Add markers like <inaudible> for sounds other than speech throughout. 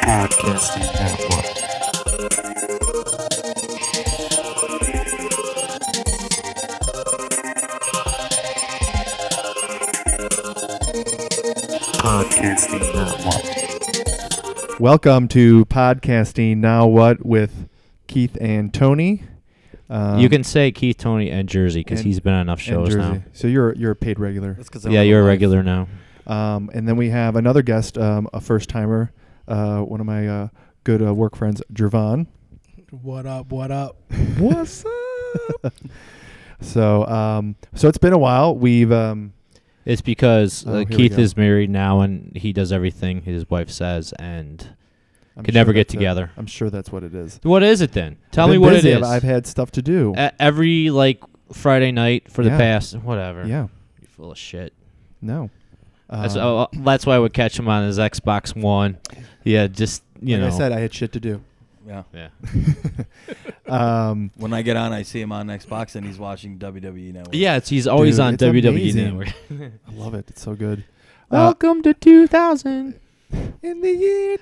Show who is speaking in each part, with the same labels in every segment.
Speaker 1: Podcasting Network. Podcasting Network.
Speaker 2: Welcome to podcasting now. What with Keith and Tony. Um,
Speaker 3: you can say Keith, Tony, and Jersey because
Speaker 2: and-
Speaker 3: he's been on enough
Speaker 2: and
Speaker 3: shows
Speaker 2: Jersey.
Speaker 3: now.
Speaker 2: So you're you're a paid regular.
Speaker 4: That's because
Speaker 3: Yeah, you're a regular now.
Speaker 2: Um, and then we have another guest, um, a first timer, uh, one of my uh, good uh, work friends, Jervon.
Speaker 5: What up? What up?
Speaker 2: What's up? <laughs> so um, so it's been a while. We've um,
Speaker 3: It's because
Speaker 2: Oh,
Speaker 3: uh,
Speaker 2: here we
Speaker 3: Keith
Speaker 2: go.
Speaker 3: is married now and he does everything his wife says. And
Speaker 2: I'm
Speaker 3: Could never get
Speaker 2: that's it.
Speaker 3: together.
Speaker 2: I'm sure that's what it is.
Speaker 3: what is it then? Tell
Speaker 2: I've
Speaker 3: me
Speaker 2: been
Speaker 3: what
Speaker 2: busy.
Speaker 3: it
Speaker 2: I've-
Speaker 3: is.
Speaker 2: I've had stuff to do.
Speaker 3: E- every like Friday night for
Speaker 2: Yeah.
Speaker 3: the past whatever.
Speaker 2: yeah.
Speaker 3: you're full of shit.
Speaker 2: No.
Speaker 3: that's,
Speaker 2: Um,
Speaker 3: uh, that's why I would catch him on his Xbox One. Yeah, just you
Speaker 2: like
Speaker 3: know.
Speaker 2: I said, I had shit to do.
Speaker 4: Yeah.
Speaker 3: <laughs> yeah.
Speaker 2: <laughs> um,
Speaker 4: When I get on, I see him on Xbox and he's watching WWE Network.
Speaker 3: Yeah, it's, he's always
Speaker 2: Dude,
Speaker 3: on
Speaker 2: it's
Speaker 3: WWE
Speaker 2: amazing.
Speaker 3: Network.
Speaker 2: <laughs> I love it. It's so good. Uh,
Speaker 3: Welcome to 2000.
Speaker 2: in the year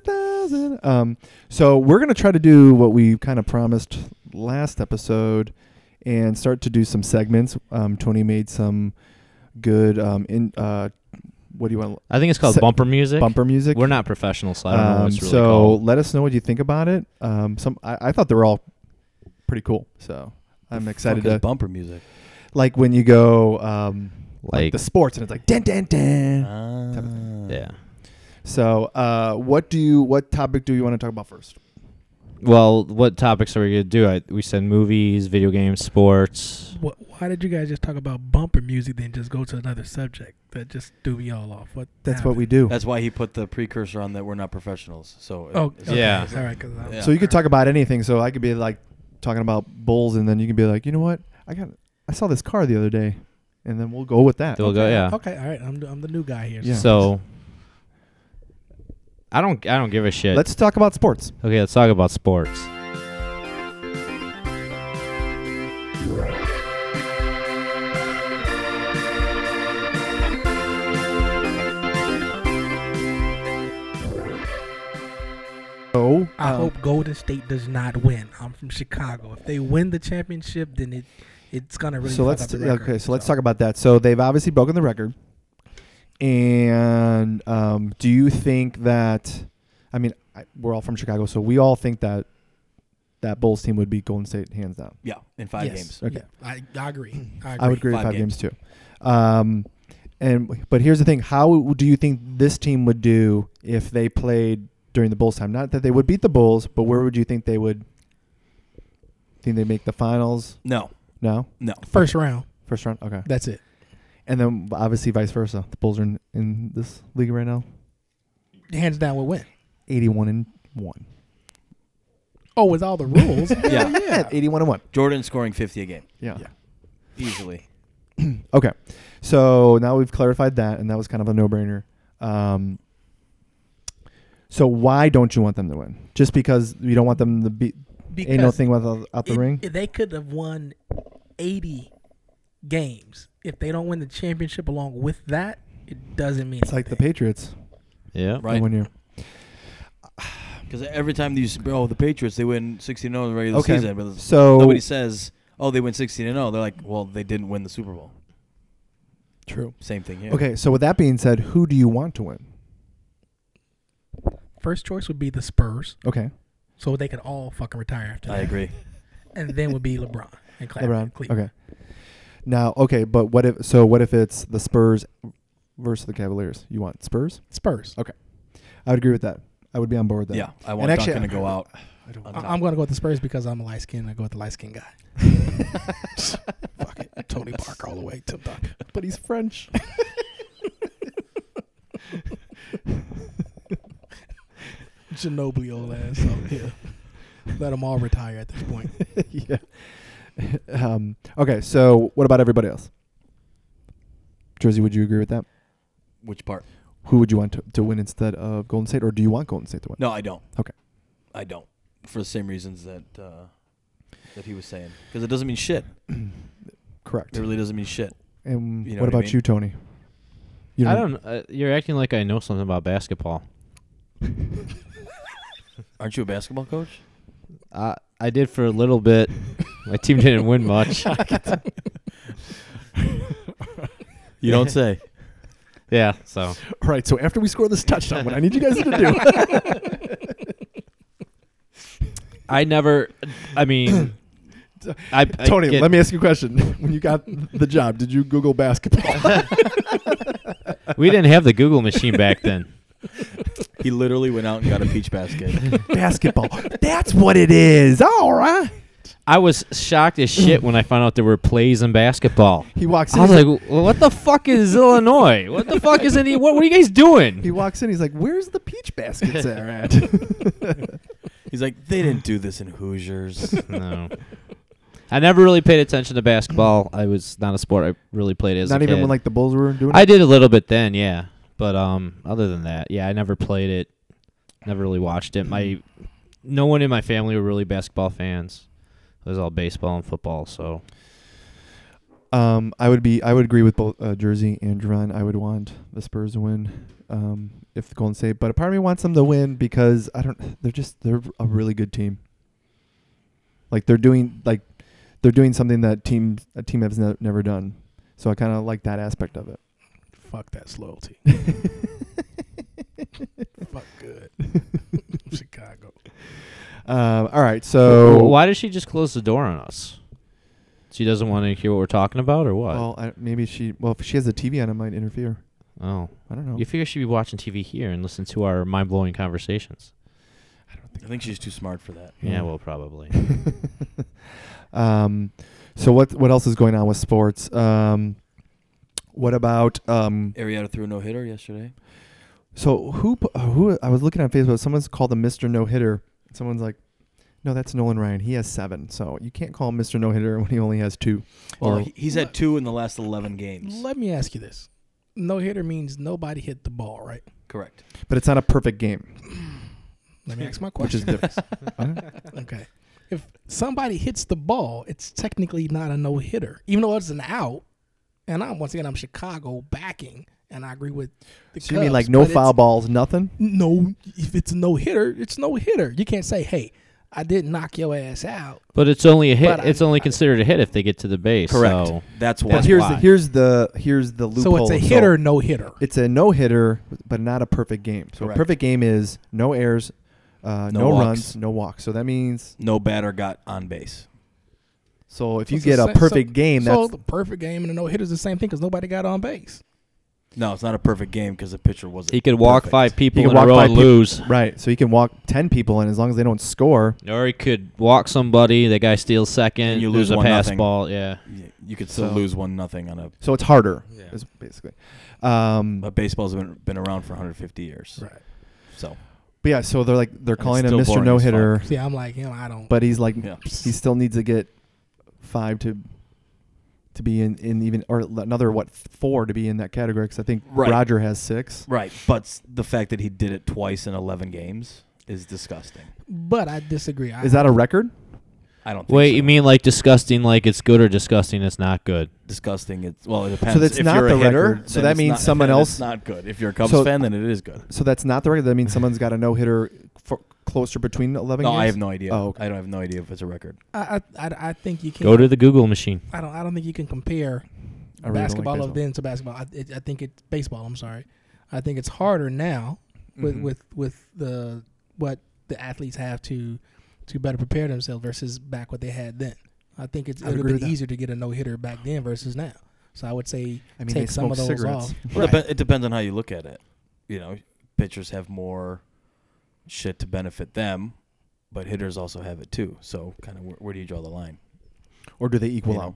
Speaker 2: 2000. Um, so we're going to try to do what we kind of promised last episode and start to do some segments. Um, Tony made some good um, in uh, what do you want
Speaker 3: I think it's called
Speaker 2: Se-
Speaker 3: bumper music.
Speaker 2: bumper music.
Speaker 3: We're not professional, so I don't know what
Speaker 2: um,
Speaker 3: it's really
Speaker 2: so
Speaker 3: called.
Speaker 2: let us know what you think about it. Um, some I, I thought they were all pretty cool. So I'm excited
Speaker 4: Fuck is
Speaker 2: to
Speaker 4: bumper music.
Speaker 2: like when you go um, like,
Speaker 3: Like- Uh-huh.
Speaker 2: the sports and it's like dun dun dun.
Speaker 4: Ah.
Speaker 3: Yeah.
Speaker 2: So uh, what do you what topic do you want to talk about first?
Speaker 3: Well, what topics are we gonna do? I, we said movies, video games, sports.
Speaker 5: What, why did you guys just talk about bumper music then just go to another subject? That just threw me all off. What?
Speaker 2: That's what we
Speaker 5: happened?
Speaker 2: do.
Speaker 4: That's why he put the precursor on that we're not professionals. So
Speaker 5: Oh, okay.
Speaker 3: Yeah.
Speaker 5: All right. Cause I'm-
Speaker 4: Yeah.
Speaker 2: So you could talk about anything. So I could be like talking about bulls, and then you can be like, you know what? I got I saw this car the other day, and then we'll go with that.
Speaker 3: They'll go, yeah.
Speaker 5: Okay. All right. I'm the, I'm the new guy here.
Speaker 2: Yeah.
Speaker 3: So I don't, I don't give a shit.
Speaker 2: Let's talk about sports.
Speaker 3: okay, let's talk about sports.
Speaker 2: So
Speaker 5: I
Speaker 2: um,
Speaker 5: hope Golden State does not win. I'm from Chicago. If they win the championship, then it it's gonna really.
Speaker 2: so
Speaker 5: fuck
Speaker 2: let's
Speaker 5: up the
Speaker 2: t-
Speaker 5: record,
Speaker 2: okay. So, let's talk about that. So they've obviously broken the record, and um, do you think that? I mean, I, we're all from Chicago, so we all think that that Bulls team would beat Golden State hands
Speaker 4: <clears throat>
Speaker 2: down.
Speaker 4: Yeah, in five
Speaker 5: Yes.
Speaker 4: games.
Speaker 2: Okay. Hmm.
Speaker 5: Yeah, I, I agree. I agree.
Speaker 2: I would agree with
Speaker 4: Five
Speaker 2: five games, too. Um, and but here's the thing: How do you think this team would do if they played during the Bulls' time? Not that they would beat the Bulls, but where would you think they would? Think they make the finals?
Speaker 4: No,
Speaker 2: No,
Speaker 4: no.
Speaker 5: First round.
Speaker 2: first round. Okay,
Speaker 5: That's it.
Speaker 2: and then obviously vice versa. The Bulls are in, in this league right now,
Speaker 5: Hands down, would win.
Speaker 2: eighty-one and one.
Speaker 5: Oh, with all the rules.
Speaker 4: Yeah.
Speaker 2: <laughs> yeah, eighty-one and one.
Speaker 4: Jordan scoring 50 a game
Speaker 2: Yeah.
Speaker 5: Yeah.
Speaker 4: easily.
Speaker 2: Okay, so now we've clarified that, and that was kind of a no-brainer. Um, so why don't you want them to win? Just because you don't want them to be ain't no
Speaker 5: Because
Speaker 2: thing without out the
Speaker 5: it-
Speaker 2: ring.
Speaker 5: it- They could have won 80 games. If they don't win the championship along with that, it doesn't mean
Speaker 2: it's like the
Speaker 5: anything.
Speaker 2: Patriots
Speaker 3: Yeah.
Speaker 4: Right.
Speaker 2: one year.
Speaker 4: Because every time these, oh, the Patriots, they win 16 0 in the regular
Speaker 2: Okay,
Speaker 4: season. But
Speaker 2: so-
Speaker 4: nobody says, oh, they win 16 0. They're like, well, they didn't win the Super Bowl.
Speaker 2: True.
Speaker 4: Same thing here.
Speaker 2: Okay, so with that being said, who do you want to win?
Speaker 5: First choice would be the Spurs,
Speaker 2: Okay,
Speaker 5: so they could all fucking retire after
Speaker 4: I
Speaker 5: that.
Speaker 4: agree.
Speaker 5: And then would be LeBron and Clap.
Speaker 2: LeBron. Okay. Now, okay, but what if? So what if it's the Spurs versus the Cavaliers? You want Spurs?
Speaker 5: Spurs.
Speaker 2: Okay, I would agree with that. I would be on board with that.
Speaker 4: Yeah, I want
Speaker 2: And actually-
Speaker 4: Duncan to go out.
Speaker 2: I don't
Speaker 4: on
Speaker 5: I-
Speaker 4: top.
Speaker 5: I'm going to go with the Spurs because I'm a light skin. I go with the light skin guy.
Speaker 2: <laughs>
Speaker 5: Fuck it. Tony Parker all the way. Tim Duncan.
Speaker 2: but he's French.
Speaker 5: Ginobili old ass. So, yeah. Let them all retire at
Speaker 2: <laughs>
Speaker 5: this point.
Speaker 2: yeah. Um, okay, so what about everybody else? Jersey, would you agree with that?
Speaker 4: Which part?
Speaker 2: Who would you want to, to win instead of Golden State, or do you want Golden State to win?
Speaker 4: No, I don't.
Speaker 2: Okay.
Speaker 4: I don't. For the same reasons that uh, that he was saying. Because it doesn't mean shit.
Speaker 2: Correct.
Speaker 4: It really doesn't mean shit.
Speaker 2: And
Speaker 4: You know
Speaker 2: what
Speaker 4: what I
Speaker 2: about
Speaker 4: mean?
Speaker 2: you, Tony? You <laughs>
Speaker 3: I don't. Uh, you're acting like I know something about basketball.
Speaker 4: Aren't you a basketball coach?
Speaker 3: I I did for a
Speaker 2: <laughs>
Speaker 3: little bit. My team didn't win much.
Speaker 4: You don't say.
Speaker 3: Yeah, so
Speaker 2: All right, so after we score this touchdown, what I need you guys to do.
Speaker 3: I never. I mean, I, I
Speaker 2: Tony,
Speaker 3: get-
Speaker 2: let me ask you a question. When you got the job, did you Google
Speaker 3: <laughs>
Speaker 2: basketball? <laughs>
Speaker 3: We didn't have the Google machine
Speaker 2: <laughs>
Speaker 3: back then.
Speaker 4: He literally went out and got a peach
Speaker 5: <laughs>
Speaker 4: basket.
Speaker 2: basketball. That's what it is. All right.
Speaker 3: I was shocked as shit when I found out there were plays in basketball.
Speaker 2: He walks in.
Speaker 3: I was
Speaker 2: he's
Speaker 3: like, "Well, "What the fuck is Illinois? What the fuck is any? What, what are you guys
Speaker 2: he
Speaker 3: doing?"
Speaker 2: walks in. He's like, "Where's the peach baskets there <laughs> at?"
Speaker 4: He's like, they didn't do this in Hoosiers.
Speaker 3: <laughs> No, I never really paid attention to basketball. I was not a sport I really played as.
Speaker 2: Not
Speaker 3: a
Speaker 2: even
Speaker 3: kid.
Speaker 2: when like the Bulls were doing.
Speaker 3: I
Speaker 2: it?
Speaker 3: did a little bit then, yeah. But um, other than that, yeah, I never played it. Never really watched it. My no one in my family were really basketball fans. It was all baseball and football. So
Speaker 2: Um, I would be. I would agree with both uh, Jersey and Javon. I would want the Spurs to win. Um, if the Golden State, but a part of me wants them to win because I don't. They're just they're a really good team. Like they're doing like they're doing something that team a team has ne- never done. So I kind of like that aspect of it. <laughs>
Speaker 5: Fuck that's loyalty. Fuck
Speaker 2: <laughs>
Speaker 5: good. Chicago.
Speaker 2: Um, all right, so
Speaker 3: why does she just close the door on us? She doesn't want to hear what we're talking about, or what?
Speaker 2: Well, I, maybe she. Well, if she has a TV on, it might interfere.
Speaker 3: oh,
Speaker 2: I don't know.
Speaker 3: you figure she'd be watching TV here and listen to our mind blowing conversations.
Speaker 4: I think she's too smart for that.
Speaker 3: Yeah,
Speaker 2: Yeah.
Speaker 3: well, <laughs> probably.
Speaker 2: um, so what what else is going on with sports? Um, what about um?
Speaker 4: Arietta threw a no hitter yesterday.
Speaker 2: So who p- uh, who I was looking on Facebook. Someone's called him Mister No Hitter. Someone's like, no, that's Nolan Ryan. He has seven. So you can't call him Mister No Hitter <laughs> when he only has two.
Speaker 4: Well,
Speaker 2: Or-
Speaker 4: he- he's had two in the last 11 games.
Speaker 5: Let me ask you this. No hitter means nobody hit the ball, right?
Speaker 2: <laughs>
Speaker 4: Correct.
Speaker 2: But it's not a perfect game,
Speaker 5: Let me ask my
Speaker 2: which is
Speaker 5: question.
Speaker 2: different.
Speaker 5: okay. If somebody hits the ball, it's technically not a no hitter, even though it's an out. And I'm once again I'm Chicago backing, and I agree with. The
Speaker 2: so you mean
Speaker 5: Cubs,
Speaker 2: like no
Speaker 5: but it's-
Speaker 2: foul balls, nothing?
Speaker 5: No, if it's a no hitter, it's no hitter. You can't say, "Hey, I did knock your ass out."
Speaker 3: But it's only a hit.
Speaker 5: But I-
Speaker 3: It's only considered a hit if they get to the base.
Speaker 4: Correct.
Speaker 3: so-
Speaker 4: That's why.
Speaker 2: But here's the
Speaker 3: why.
Speaker 2: here's the here's the
Speaker 5: so
Speaker 2: loophole.
Speaker 5: it's a hitter, no hitter.
Speaker 2: it's a no hitter, but not a perfect game. So
Speaker 4: Correct.
Speaker 2: a perfect game is no errors, uh,
Speaker 4: No
Speaker 2: no,
Speaker 4: walks.
Speaker 2: runs, no walks. So that means
Speaker 4: no batter got on base.
Speaker 2: so if
Speaker 5: So
Speaker 2: you
Speaker 5: it's
Speaker 2: get
Speaker 5: the
Speaker 2: a
Speaker 5: sa-
Speaker 2: perfect
Speaker 5: so-
Speaker 2: game,
Speaker 5: so
Speaker 2: that's
Speaker 5: the perfect game and a no hitter is the same thing because nobody got on base.
Speaker 4: No, it's not a perfect game because the pitcher wasn't.
Speaker 3: he could walk
Speaker 4: perfect.
Speaker 3: five people
Speaker 2: He could
Speaker 3: in a
Speaker 2: walk
Speaker 3: row
Speaker 2: five
Speaker 3: and
Speaker 2: peop-
Speaker 3: lose,
Speaker 2: right. So you can walk ten people, and as long as they don't score,
Speaker 3: or he could walk somebody. The guy steals second.
Speaker 4: And you
Speaker 3: there's
Speaker 4: lose
Speaker 3: a
Speaker 4: one
Speaker 3: pass
Speaker 4: nothing.
Speaker 3: ball. Yeah.
Speaker 4: Y- You could still
Speaker 2: So-
Speaker 4: lose one nothing on a.
Speaker 2: so it's harder.
Speaker 3: Yeah.
Speaker 2: Is basically. Um,
Speaker 4: But baseball's been, been around for 150 years.
Speaker 5: Right.
Speaker 4: So
Speaker 2: but yeah, so they're like they're
Speaker 4: it's
Speaker 2: calling him
Speaker 4: still
Speaker 2: Mr.
Speaker 4: boring
Speaker 2: No
Speaker 4: as fuck.
Speaker 2: Hitter,
Speaker 5: See, I'm like, you know, I don't.
Speaker 2: but he's like
Speaker 4: yeah,
Speaker 2: he still needs to get five to to be in, in even or another what four to be in that category because I think
Speaker 4: Right.
Speaker 2: Roger has six.
Speaker 4: right. But s- the fact that he did it twice in 11 games is disgusting.
Speaker 5: but I disagree. I,
Speaker 2: Is that a record?
Speaker 4: I don't. Think
Speaker 3: Wait,
Speaker 4: so.
Speaker 3: you mean like disgusting? Like it's good or disgusting? It's not good.
Speaker 4: disgusting? It's well, it depends.
Speaker 2: that's
Speaker 4: if
Speaker 2: not
Speaker 4: you're a
Speaker 2: the
Speaker 4: hitter,
Speaker 2: record. So
Speaker 4: then
Speaker 2: that
Speaker 4: it's
Speaker 2: means
Speaker 4: not- <laughs>
Speaker 2: someone
Speaker 4: then
Speaker 2: else-
Speaker 4: It's not good. If you're a Cubs
Speaker 2: So-
Speaker 4: fan, then it is good.
Speaker 2: So that's not the record. That means someone's got a no hitter for closer between eleven.
Speaker 4: No,
Speaker 2: games?
Speaker 4: I have no idea.
Speaker 2: Oh, okay.
Speaker 4: I don't have no idea if it's a record.
Speaker 5: I, I, I, I think you can
Speaker 3: Go to the Google machine. <laughs>
Speaker 5: I don't. I don't think you can compare
Speaker 2: I really don't like
Speaker 5: basketball
Speaker 2: baseball.
Speaker 5: of then to basketball. I, it, I think it's baseball. I'm sorry. I think it's harder now with
Speaker 2: Mhm.
Speaker 5: with with the what the athletes have to to better prepare themselves versus back what they had then. I think it's a
Speaker 2: I'd
Speaker 5: little
Speaker 2: agree
Speaker 5: bit
Speaker 2: with that.
Speaker 5: easier to get a no hitter back then versus now. So I would say
Speaker 2: I mean,
Speaker 5: take
Speaker 2: they
Speaker 5: some of
Speaker 2: smoke
Speaker 5: those
Speaker 2: cigarettes.
Speaker 5: off.
Speaker 4: Well, depe- It depends on how you look at it. You know, pitchers have more shit to benefit them, but hitters also have it too. So, kind of, where, where do you draw the line?
Speaker 2: or do they equal
Speaker 4: You know?
Speaker 2: out?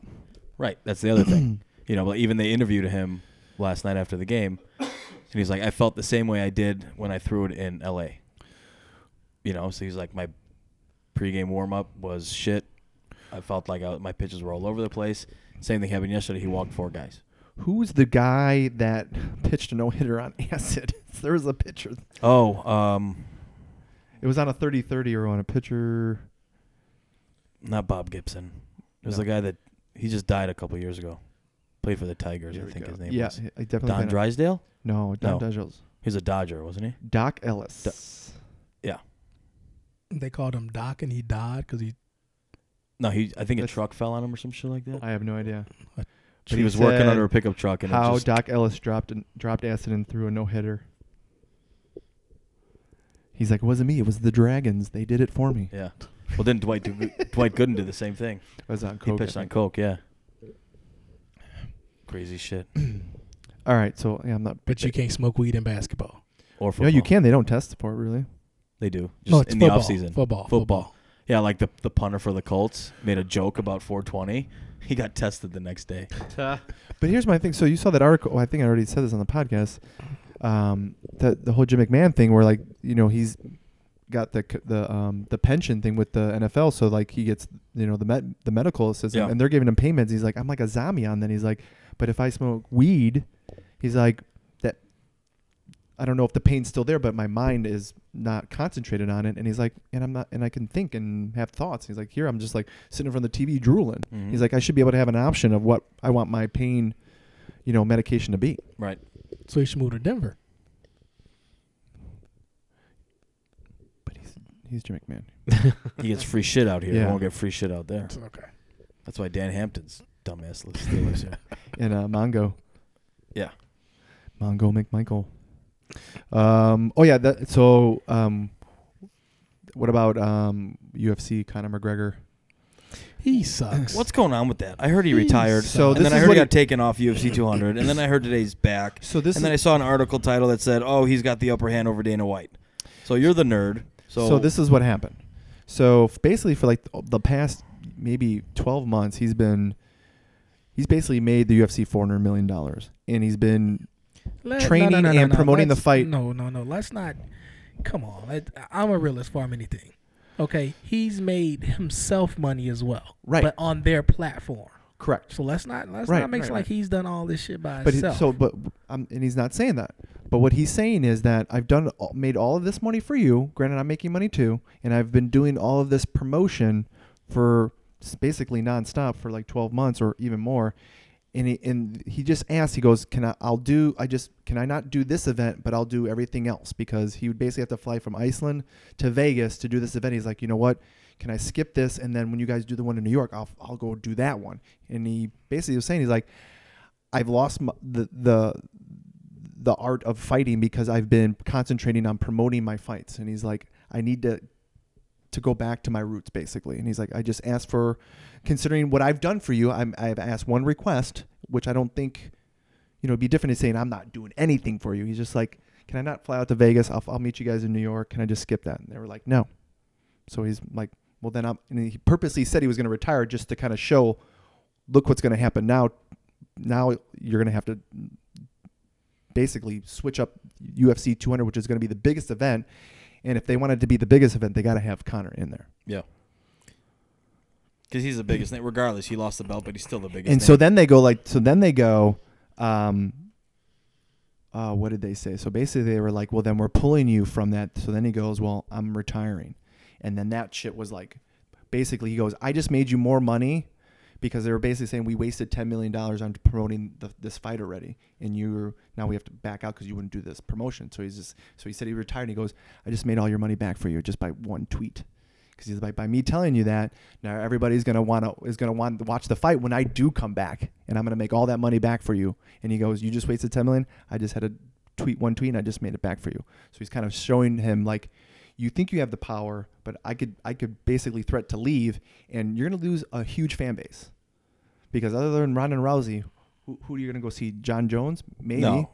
Speaker 4: Right. That's the other
Speaker 2: <clears throat>
Speaker 4: thing. <clears throat> You know, but even they interviewed him last night after the game, and he's like, "I felt the same way I did when I threw it in L.A." You know, so he's like, "My pregame warm up was shit. I felt like I, my pitches were all over the place." Same thing happened yesterday. He walked four guys.
Speaker 2: Who was the guy that pitched a no hitter on <laughs> acid? there was a pitcher.
Speaker 4: Oh, um,
Speaker 2: It was on a 30-30 or on a pitcher.
Speaker 4: not Bob Gibson. It was
Speaker 2: No.
Speaker 4: the guy that he just died a couple years ago. Played for the Tigers,
Speaker 2: Here
Speaker 4: I
Speaker 2: we
Speaker 4: think
Speaker 2: go.
Speaker 4: his name
Speaker 2: yeah,
Speaker 4: was.
Speaker 2: I definitely
Speaker 4: Don
Speaker 2: think I-
Speaker 4: Drysdale?
Speaker 2: No, Don
Speaker 4: No.
Speaker 2: Dodgels.
Speaker 4: He was a Dodger, wasn't he?
Speaker 2: Doc Ellis.
Speaker 4: Yeah.
Speaker 5: They called him Doc, and he died because he.
Speaker 4: No, he. I think a
Speaker 2: That's-
Speaker 4: truck fell on him or some shit like that.
Speaker 2: I have no idea.
Speaker 4: But
Speaker 2: he
Speaker 4: he was working
Speaker 2: said
Speaker 4: under a pickup truck and it
Speaker 2: How
Speaker 4: just,
Speaker 2: Doc Ellis dropped an, dropped acid and threw a no hitter. He's like, it wasn't me. It was the Dragons. They did it for me.
Speaker 4: yeah. Well, then Dwight do, Dwight Gooden did the same thing.
Speaker 2: I <laughs> was on
Speaker 4: He
Speaker 2: coke. I
Speaker 4: pitched on
Speaker 2: think.
Speaker 4: coke. Yeah. Crazy shit.
Speaker 2: All right, so yeah, I'm not.
Speaker 5: But you can't smoke weed in basketball.
Speaker 4: Or
Speaker 2: No,
Speaker 4: football.
Speaker 2: you can. They don't test for it, really.
Speaker 4: They do. Just
Speaker 5: No, it's
Speaker 4: in
Speaker 5: football,
Speaker 4: the off season.
Speaker 5: Football.
Speaker 4: Football. Yeah, like the the punter for the Colts made a joke about 420. He got tested the next day.
Speaker 2: But here's my thing. So you saw that article. I think I already said this on the podcast. Um, that the whole Jim McMahon thing, where like you know he's got the c- the um, the pension thing with the NFL, so like he gets you know the med- the medical assistant,
Speaker 4: Yeah.
Speaker 2: and they're giving him payments. He's like, I'm like a zombie on that. He's like, but if I smoke weed, he's like that. I don't know if the pain's still there, but my mind is not concentrated on it. And he's like, and I'm not, and I can think and have thoughts. He's like, here I'm just like sitting in front of the TV drooling.
Speaker 4: Mhm.
Speaker 2: He's like, I should be able to have an option of what I want my pain, you know, medication to be.
Speaker 4: Right.
Speaker 5: So he should move to Denver.
Speaker 2: But he's he's Jim McMahon.
Speaker 4: He gets free shit out here. He
Speaker 2: Yeah.
Speaker 4: won't get free shit out there.
Speaker 5: okay.
Speaker 4: That's why Dan Hampton's dumbass lives still
Speaker 2: <laughs>
Speaker 4: lives here.
Speaker 2: And uh, Mongo.
Speaker 4: Yeah.
Speaker 2: Mongo McMichael. Um. Oh yeah. That. So. Um. What about um UFC Conor McGregor?
Speaker 5: He
Speaker 2: <laughs>
Speaker 5: sucks.
Speaker 4: What's going on with that? I heard he retired.
Speaker 2: So
Speaker 4: and
Speaker 2: this
Speaker 4: then I
Speaker 2: is
Speaker 4: heard
Speaker 2: what
Speaker 4: he
Speaker 2: he-
Speaker 4: got taken off UFC 200. And then I heard today's back.
Speaker 2: So this
Speaker 4: and then I
Speaker 2: is
Speaker 4: saw an article title that said, "Oh, he's got the upper hand over Dana White." So you're the nerd. So,
Speaker 2: so, this is what happened. So f- basically, for like th- the past maybe twelve months, he's been he's basically made the UFC four hundred million dollars, and he's been
Speaker 6: Let-
Speaker 2: Training and promoting the
Speaker 6: let's-
Speaker 2: fight.
Speaker 6: No, no, no. Let's not. Come on. Let, I'm a realist for anything. Okay, he's made himself money as well,
Speaker 2: Right.
Speaker 5: uh,
Speaker 6: But on their platform.
Speaker 2: correct.
Speaker 6: So let's not let's
Speaker 2: Right,
Speaker 6: not make it
Speaker 2: right,
Speaker 6: like
Speaker 2: right.
Speaker 6: he's done all this shit by
Speaker 2: But he,
Speaker 6: himself.
Speaker 2: so, but um, and he's not saying that. But what he's saying is that I've done all- made all of this money for you. Granted, I'm making money too, and I've been doing all of this promotion for s- basically nonstop for like 12 months or even more. And he, and he just asked, he goes, "Can I? I'll do. I just can I not do this event, but I'll do everything else because he would basically have to fly from Iceland to Vegas to do this event. He's like, you know what? Can I skip this? And then when you guys do the one in New York, I'll I'll go do that one. And he basically was saying, he's like, I've lost my, the the the art of fighting because I've been concentrating on promoting my fights. And he's like, I need to to go back to my roots basically. And he's like, I just asked for considering what I've done for you. I'm I've asked one request, which I don't think you know it'd be different than saying I'm not doing anything for you. He's just like, can I not fly out to Vegas? I'll I'll meet you guys in New York. Can I just skip that? And they were like, no. So he's like, well then I'm. And he purposely said he was going to retire just to kind of show, look what's going to happen now now you're going to have to basically switch up UFC 200, which is going to be the biggest event. And if they want it to be the biggest event, they got to have Connor in there.
Speaker 4: yeah, because he's the biggest name. Regardless, he lost the belt, but he's still the biggest.
Speaker 2: and so then they go like, so then they go, um, uh, what did they say? So basically, they were like, well, then we're pulling you from that. So then he goes, well, I'm retiring. And then that shit was like, basically, he goes, I just made you more money because they were basically saying we wasted $10 million on promoting the, this fight already. And you now we have to back out because you wouldn't do this promotion. So he's just, so he said he retired and he goes, I just made all your money back for you just by one tweet. Because he's like, by me telling you that, now everybody's gonna wanna is gonna want to watch the fight when I do come back, and I'm gonna make all that money back for you. And he goes, you just wasted ten million. I just had to tweet one tweet, and I just made it back for you. So he's kind of showing him like, you think you have the power, but I could I could basically threat to leave, and you're gonna lose a huge fan base, because other than Ronda Rousey, who who are you gonna go see? John Jones? Maybe
Speaker 4: no,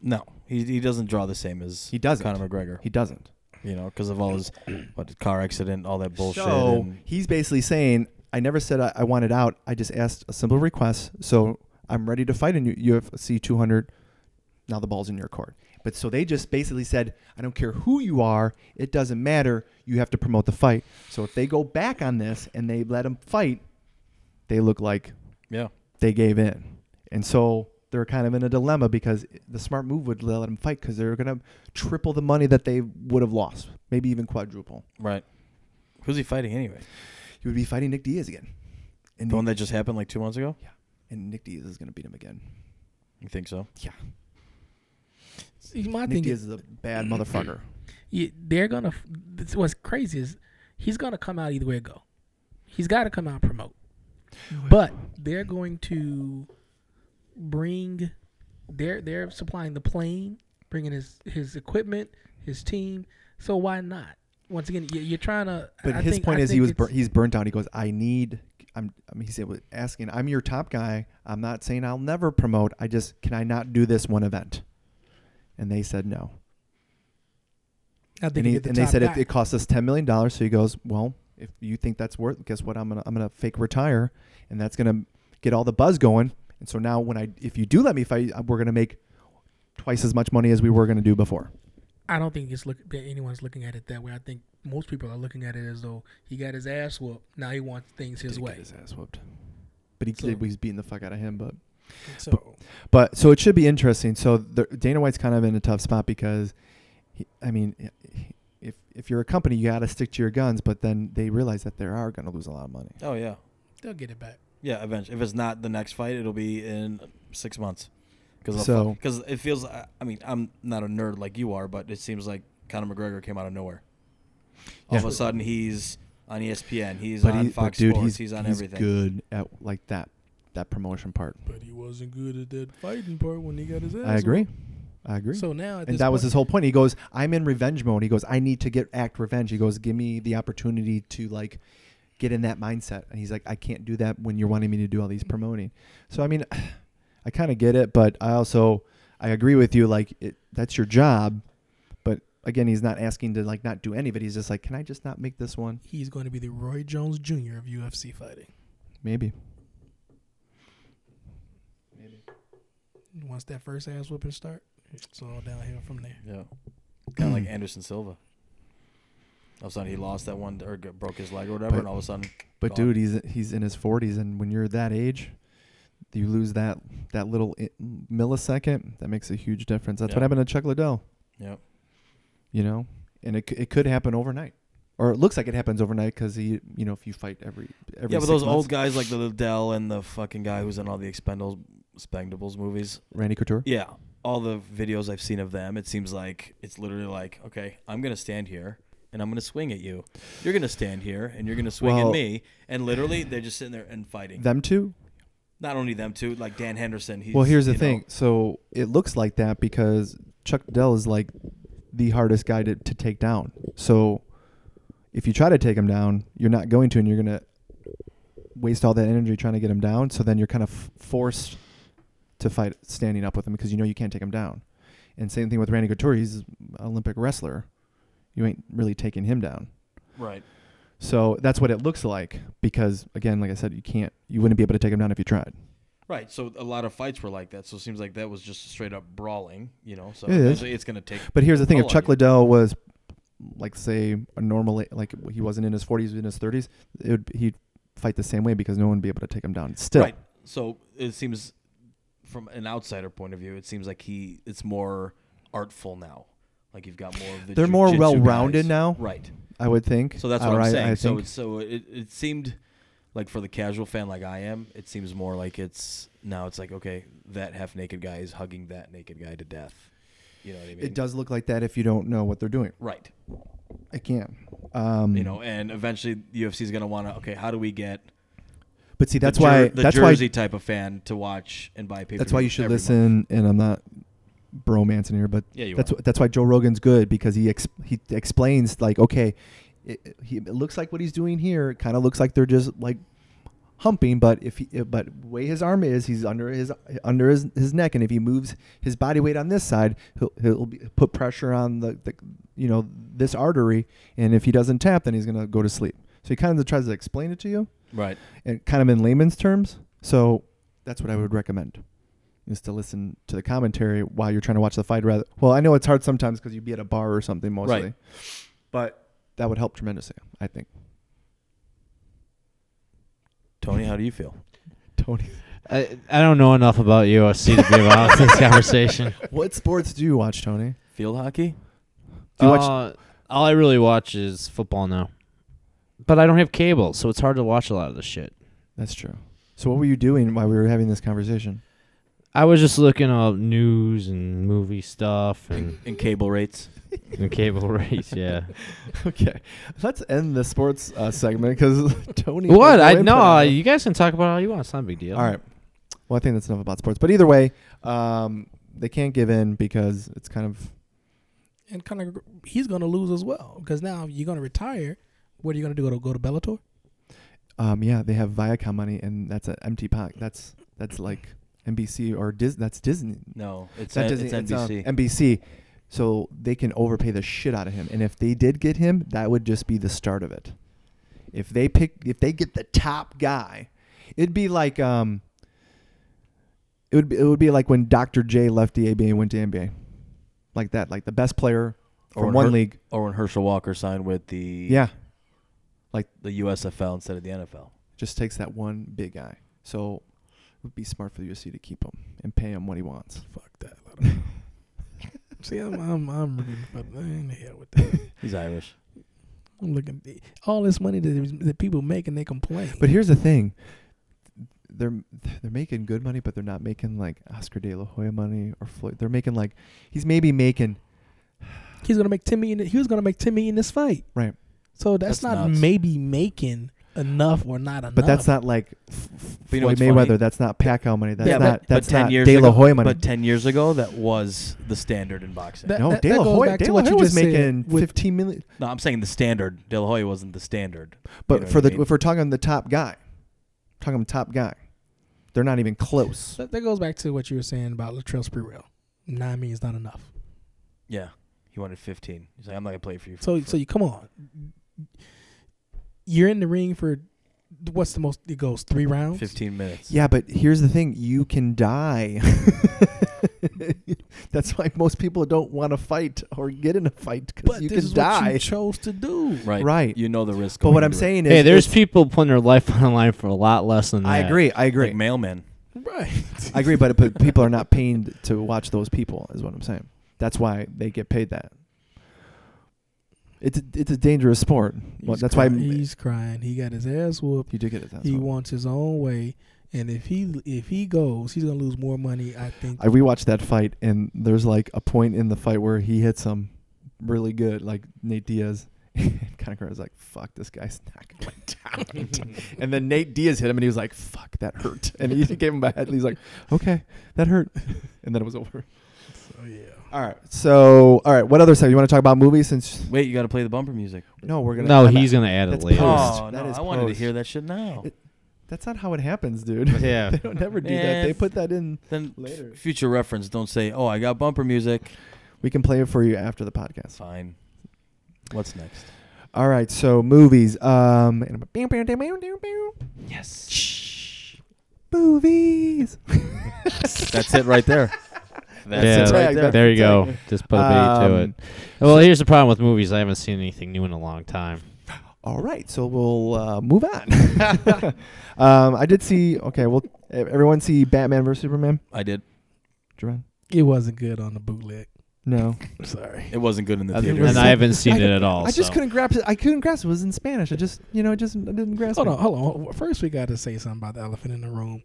Speaker 4: no, he he doesn't draw the same as
Speaker 2: He doesn't.
Speaker 4: Conor McGregor.
Speaker 2: he doesn't.
Speaker 4: you know, because of all
Speaker 2: <clears throat>
Speaker 4: his what car accident, all that bullshit.
Speaker 2: So
Speaker 4: and-
Speaker 2: he's basically saying, I never said I, I wanted out. I just asked a simple request. So I'm ready to fight in U- UFC 200. Now the ball's in your court. But so they just basically said, I don't care who you are. It doesn't matter. You have to promote the fight. So if they go back on this and they let him fight, they look like
Speaker 4: yeah,
Speaker 2: they gave in. And so they're kind of in a dilemma because the smart move would let him fight because they're going to triple the money that they would have lost, maybe even quadruple.
Speaker 4: right. Who's he fighting anyway?
Speaker 2: He would be fighting Nick Diaz again. And
Speaker 4: The one that just happened like two months ago.
Speaker 2: and Nick Diaz is going to beat him again.
Speaker 4: You think so?
Speaker 5: See, my
Speaker 2: Nick
Speaker 5: thing
Speaker 2: Diaz
Speaker 5: is,
Speaker 2: is a bad motherfucker.
Speaker 6: Yeah, they're gonna. f- This, what's crazy is He's gonna come out either way it go. He's got to come out and promote. But they're going to bring. They're they're supplying the plane, bringing his his equipment, his team. So why not? Once again, you- you're trying to.
Speaker 2: But
Speaker 6: I
Speaker 2: his
Speaker 6: think-
Speaker 2: point
Speaker 6: I
Speaker 2: is he
Speaker 6: think
Speaker 2: was bur-
Speaker 6: it's-
Speaker 2: he's burnt out. He goes, I need. I'm. I mean, he's able- asking. I'm your top guy. I'm not saying I'll never promote. I just can I not do this one event? And they said no.
Speaker 5: I
Speaker 2: And,
Speaker 5: think you
Speaker 2: he,
Speaker 5: get the
Speaker 2: and they
Speaker 5: top
Speaker 2: said
Speaker 5: guy.
Speaker 2: it, it costs us ten million dollars. So he goes, well, if you think that's worth, guess what? I'm gonna I'm gonna fake retire, and that's gonna get all the buzz going. And so now when I if you do let me fight, we're gonna make twice as much money as we were gonna do before.
Speaker 6: I don't think it's look that anyone's looking at it that way. I think most people are looking at it as though he got his ass whooped. Now he wants things his
Speaker 2: Did get
Speaker 6: way.
Speaker 2: His ass whooped. But he
Speaker 6: So-
Speaker 2: did, he's beating the fuck out of him. But
Speaker 5: so
Speaker 2: But so it should be interesting. So the, Dana White's kind of in a tough spot because, he, I mean, he- if if you're a company, you got to stick to your guns. But then they realize that they are going to lose a lot of money.
Speaker 4: Oh yeah,
Speaker 5: they'll get it back.
Speaker 4: yeah. Eventually, if it's not the next fight, it'll be in six months.
Speaker 2: So-
Speaker 4: because it feels. I I mean, I'm not a nerd like you are, but it seems like Conor McGregor came out of nowhere. All of
Speaker 2: Yeah.
Speaker 4: a sudden, he's on E ESPN. He's
Speaker 2: but
Speaker 4: on
Speaker 2: he- but
Speaker 4: Fox
Speaker 2: dude,
Speaker 4: Sports.
Speaker 2: he's
Speaker 4: He's, on
Speaker 2: he's
Speaker 4: everything.
Speaker 2: good at like that that promotion part.
Speaker 5: But he wasn't good at that fighting part when he got his ass.
Speaker 2: I agree. I agree.
Speaker 5: So now, at
Speaker 2: and
Speaker 5: this
Speaker 2: that was
Speaker 5: point-
Speaker 2: his whole point. He goes, "I'm in revenge mode." He goes, "I need to get act revenge." He goes, "Give me the opportunity to like get in that mindset." And he's like, "I can't do that when you're wanting me to do all these promoting." So I mean, <sighs> I kind of get it, but I also I agree with you. Like it, that's your job, but again, he's not asking to like not do any of it. He's just like, "Can I just not make this one?"
Speaker 5: He's going to be the Roy Jones Jr. of UFC fighting.
Speaker 2: Maybe.
Speaker 5: Once that first ass whooping start, it's all downhill from there.
Speaker 4: Yeah, kind
Speaker 2: <clears throat>
Speaker 4: of like Anderson Silva. All of a sudden, he lost that one or g- broke his leg or whatever,
Speaker 2: But-
Speaker 4: and all of a sudden,
Speaker 2: But
Speaker 4: gone.
Speaker 2: dude, he's he's in his 40s, and when you're that age, you lose that that little i- millisecond. That makes a huge difference. That's what
Speaker 4: Yeah.
Speaker 2: happened to Chuck Liddell.
Speaker 4: Yep.
Speaker 2: You know, and it c- it could happen overnight, or it looks like it happens overnight because he, you know, if you fight every every
Speaker 4: yeah, but
Speaker 2: six
Speaker 4: those
Speaker 2: months,
Speaker 4: old guys like the Liddell and the fucking guy who's in all the Expendables, Expendables movies.
Speaker 2: Randy Couture.
Speaker 4: Yeah, all the videos I've seen of them, it seems like it's literally like, okay, I'm gonna stand here and I'm gonna swing at you. You're gonna stand here and you're gonna swing
Speaker 2: Well-
Speaker 4: at me, and literally they're just sitting there and fighting.
Speaker 2: Them two.
Speaker 4: Not only them two, like Dan Henderson. He's,
Speaker 2: Well, here's the
Speaker 4: you know,
Speaker 2: thing. So it looks like that because Chuck Liddell is like the hardest guy to, to take down. So if you try to take him down, you're not going to, and you're gonna waste all that energy trying to get him down. So then you're kind of f- forced to fight standing up with him because you know you can't take him down. And same thing with Randy Couture. He's an Olympic wrestler. You ain't really taking him down.
Speaker 4: right?
Speaker 2: So that's what it looks like because again, like I said, you can't, you wouldn't be able to take him down if you tried.
Speaker 4: Right. So a lot of fights were like that. So it seems like that was just straight up brawling. You know, so
Speaker 2: It is.
Speaker 4: eventually it's gonna take.
Speaker 2: But here's the thing: if
Speaker 4: Oh,
Speaker 2: Chuck
Speaker 4: yeah.
Speaker 2: Liddell was, like, say, a normal, a- like he wasn't in his 40s, he was in his 30s, it would he'd fight the same way because no one would be able to take him down. Still,
Speaker 4: Right. So it seems, from an outsider point of view, it seems like he it's more artful now. Like you've got more of the
Speaker 2: They're more
Speaker 4: jujitsu
Speaker 2: well-rounded
Speaker 4: guys.
Speaker 2: now?
Speaker 4: Right.
Speaker 2: I would think.
Speaker 4: So that's
Speaker 2: Uh,
Speaker 4: what
Speaker 2: right,
Speaker 4: I'm saying.
Speaker 2: I
Speaker 4: so
Speaker 2: think.
Speaker 4: it's, so it, it seemed like for the casual fan like I am, it seems more like it's now it's like okay, that half naked guy is hugging that naked guy to death. You know what I mean?
Speaker 2: it does look like that if you don't know what they're doing.
Speaker 4: Right.
Speaker 2: I can't. Um,
Speaker 4: You know, and eventually the UFC is going to want to okay, how do we get
Speaker 2: but see, that's
Speaker 4: the, jer-
Speaker 2: why.
Speaker 4: the
Speaker 2: that's
Speaker 4: Jersey
Speaker 2: why.
Speaker 4: type of fan to watch and buy paper.
Speaker 2: That's why you should listen. And I'm not bromancing here, but
Speaker 4: Yeah, you
Speaker 2: that's
Speaker 4: are.
Speaker 2: wh- that's why Joe Rogan's good because he ex- he explains like, okay, it, it- he, it looks like what he's doing here. It kind of looks like they're just like humping, but if he, uh, but way his arm is, he's under his under his, his neck, and if he moves his body weight on this side, he'll he'll be, put pressure on the, the you know this artery, and if he doesn't tap, then he's gonna go to sleep. So he kind of tries to explain it to you,
Speaker 4: Right.
Speaker 2: and kind of in layman's terms. So that's what I would recommend is to listen to the commentary while you're trying to watch the fight. Rather, well, I know it's hard sometimes because you'd be at a bar or something mostly,
Speaker 4: Right.
Speaker 2: but that would help tremendously, I
Speaker 3: <laughs>
Speaker 2: think.
Speaker 4: Tony, how do you feel?
Speaker 2: Tony,
Speaker 3: I, I don't know enough about UFC to <laughs> be
Speaker 2: <laughs>
Speaker 3: honest in this conversation.
Speaker 2: what sports do you watch, Tony?
Speaker 4: Field hockey?
Speaker 2: Do you watch?
Speaker 3: Uh, all I really watch is football now. But I don't have cable, so it's hard to watch a lot of this shit. <laughs>
Speaker 2: That's true. So what were you doing while we were having this conversation?
Speaker 3: I was just looking up news and movie stuff
Speaker 2: <laughs>
Speaker 3: and,
Speaker 4: in cable rates.
Speaker 3: and cable rates. Yeah.
Speaker 2: Okay, let's end the sports uh, segment because <laughs> Tony. has
Speaker 3: What? I
Speaker 2: input
Speaker 3: no. uh,
Speaker 2: on it.
Speaker 3: You guys can talk about all you want. It's not a big deal.
Speaker 2: All right. Well, I think that's enough about sports. But either way, um, they can't give in because it's kind of
Speaker 5: and kind of he's going to lose as well because now you're going to retire. What are you going to do? Go to go to Bellator?
Speaker 2: um, yeah, they have Viacom money and that's an empty pack. That's that's like NBC or Dis- that's Disney.
Speaker 4: No, it's,
Speaker 2: Not
Speaker 4: N-
Speaker 2: Disney,
Speaker 4: it's
Speaker 2: um,
Speaker 4: NBC.
Speaker 2: NBC. So they can overpay the shit out of him. And if they did get him, that would just be the start of it. If they pick if they get the top guy, it'd be like um it would be, it would be like when Dr. J left the ABA and went to NBA. Like that, like the best player
Speaker 4: Or
Speaker 2: from
Speaker 4: when
Speaker 2: one
Speaker 4: Her-
Speaker 2: league.
Speaker 4: or when Herschel Walker signed with the
Speaker 2: Yeah.
Speaker 4: the USFL instead of the NFL.
Speaker 2: just takes that one big guy. So it would be smart for the UFC to keep him and pay him what he wants.
Speaker 5: Fuck that. I don't know. <laughs> See,
Speaker 2: <laughs>
Speaker 5: I'm uh, I'm, I'm rooting for in the hell with that.
Speaker 4: He's Irish.
Speaker 5: I'm looking all this money that that people make and they complain.
Speaker 2: But here's the thing. They're they're making good money, but they're not making like Oscar De La Hoya money or Floyd. They're making like he's maybe making
Speaker 5: he's going to make ten million. He was going to make ten million this fight.
Speaker 2: Right.
Speaker 5: So that's,
Speaker 4: That's
Speaker 5: not
Speaker 4: nuts.
Speaker 5: maybe making enough or not enough.
Speaker 2: but that's not like F-
Speaker 4: But you
Speaker 2: Floyd
Speaker 4: know what's funny?
Speaker 2: Mayweather. That's not Pacquiao money. That's
Speaker 4: Yeah, but-
Speaker 2: not
Speaker 4: but
Speaker 2: that's
Speaker 4: 10
Speaker 2: not
Speaker 4: years
Speaker 2: De La
Speaker 4: ago-
Speaker 2: Hoya money.
Speaker 4: But ten years ago, that was the standard in boxing.
Speaker 5: That-
Speaker 2: no,
Speaker 5: that-
Speaker 2: De La
Speaker 5: that goes
Speaker 2: Hoya.
Speaker 5: back to
Speaker 2: De La
Speaker 5: what you
Speaker 2: Hoya was
Speaker 5: just said
Speaker 2: making
Speaker 5: with-
Speaker 2: fifteen million.
Speaker 4: no, I'm saying the standard. De La Hoya wasn't the standard.
Speaker 2: But
Speaker 4: You know
Speaker 2: for
Speaker 4: what I
Speaker 2: the
Speaker 4: mean?
Speaker 2: if we're talking the top guy, talking top guy, they're not even close.
Speaker 5: That, that goes back to what you were saying about Latrell Sprewell. Nine million is not enough.
Speaker 4: Yeah, he wanted 15. He's like, I'm not gonna play for you. For
Speaker 5: So so you come on. You're in the ring for what's the most? It goes three rounds.
Speaker 4: 15 minutes.
Speaker 2: Yeah, but here's the thing: you can die. <laughs> That's why most people don't want to fight or get in a fight because
Speaker 5: But
Speaker 2: you
Speaker 5: this
Speaker 2: can
Speaker 5: is what
Speaker 2: die.
Speaker 5: you chose to do.
Speaker 4: right.
Speaker 2: Right.
Speaker 4: You know the risk.
Speaker 2: but
Speaker 4: going
Speaker 2: what I'm
Speaker 4: into it.
Speaker 2: saying is,
Speaker 3: Hey, there's
Speaker 2: if-
Speaker 3: people putting their life <laughs> on the line for a lot less than that.
Speaker 2: I agree. I agree.
Speaker 4: like mailman.
Speaker 5: Right.
Speaker 2: I agree. But,
Speaker 5: <laughs>
Speaker 2: but people are not paid to watch those people. Is what I'm saying. That's why they get paid that. It's a, it's a dangerous sport. Well,
Speaker 5: He's
Speaker 2: that's why
Speaker 5: cry- he's crying. He got his ass whooped.
Speaker 2: you do get it. That's
Speaker 5: he
Speaker 2: why.
Speaker 5: wants his own way, and if he if he goes, he's gonna lose more money. I think.
Speaker 2: I rewatched that fight, and there's like a point in the fight where he hits him really good, like Nate Diaz. <laughs> And Conor was like, "Fuck, this guy's <laughs> not going down." and then Nate Diaz hit him, and he was like, "Fuck, that hurt." And he <laughs> gave him a head. And he's like, "Okay, that hurt," <laughs> and then it was over.
Speaker 5: so, yeah.
Speaker 2: All right. So, all right. What other stuff you want to talk about? Movies? Since
Speaker 4: Wait, you got to play the bumper music.
Speaker 2: no, we're gonna.
Speaker 3: No,
Speaker 2: I'm-
Speaker 3: he's gonna add it
Speaker 2: That's
Speaker 3: later.
Speaker 2: post.
Speaker 4: Oh,
Speaker 2: That
Speaker 4: no,
Speaker 2: is
Speaker 4: I wanted to
Speaker 2: post.
Speaker 4: hear that shit now.
Speaker 2: It- That's not how it happens, dude. <laughs>
Speaker 3: Yeah.
Speaker 2: they don't ever do that.
Speaker 4: Man.
Speaker 2: They put that in.
Speaker 4: then
Speaker 2: Later.
Speaker 4: f- future reference. Don't say, "Oh, I got bumper music."
Speaker 2: We can play it for you after the podcast.
Speaker 4: Fine. What's next?
Speaker 2: All right. So, movies. Um,
Speaker 4: Yes.
Speaker 2: movies.
Speaker 4: That's it right there.
Speaker 3: <laughs>
Speaker 4: That's
Speaker 3: Yeah,
Speaker 2: tag,
Speaker 4: it right there.
Speaker 2: that's-
Speaker 3: there you go.
Speaker 2: tag.
Speaker 3: Just put a bait to it.
Speaker 2: Um,
Speaker 3: Well, here's the problem with movies. I haven't seen anything new in a long time.
Speaker 2: All right, so we'll uh, move on. <laughs> um, I did see. Okay, well, e- everyone see Batman vs Superman.
Speaker 4: I did.
Speaker 2: Jerron?
Speaker 5: It wasn't good on the bootleg.
Speaker 2: No,
Speaker 5: I'm sorry.
Speaker 4: It wasn't good in the
Speaker 2: Other
Speaker 4: theater.
Speaker 2: than
Speaker 3: And I haven't seen it at all.
Speaker 2: I just
Speaker 3: so.
Speaker 2: couldn't grasp it. I couldn't grasp it. It was in Spanish. I just, you know, I just I didn't grasp
Speaker 5: Hold
Speaker 2: it.
Speaker 5: on, hold on. First, we got to say something about the elephant in the room.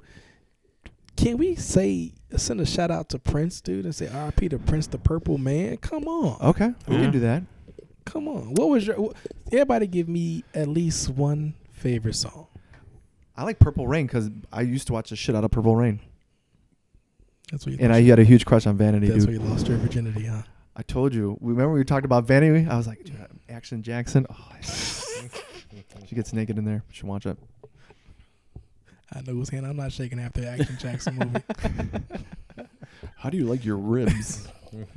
Speaker 5: Can we say send a shout out to Prince, dude, and say R.I.P. to Prince, the Purple Man? Come on,
Speaker 2: Okay, we
Speaker 3: Yeah.
Speaker 2: can do that.
Speaker 5: come on. What was your? wh- everybody, give me at least one favorite song.
Speaker 2: I like Purple Rain because I used to watch the shit out of Purple Rain,
Speaker 5: That's what you.
Speaker 2: and I
Speaker 5: lost-
Speaker 2: had a huge crush on Vanity.
Speaker 5: that's
Speaker 2: Dude,
Speaker 5: where you lost your virginity, huh?
Speaker 2: I told you. Remember we talked about Vanity? I was like, dude, Action Jackson. Oh, I- <laughs> she gets naked in there. You should watch it.
Speaker 5: I know who's hand. I'm not shaking after the Action
Speaker 2: <laughs>
Speaker 5: Jackson movie.
Speaker 2: <laughs> How do you like your <laughs> ribs?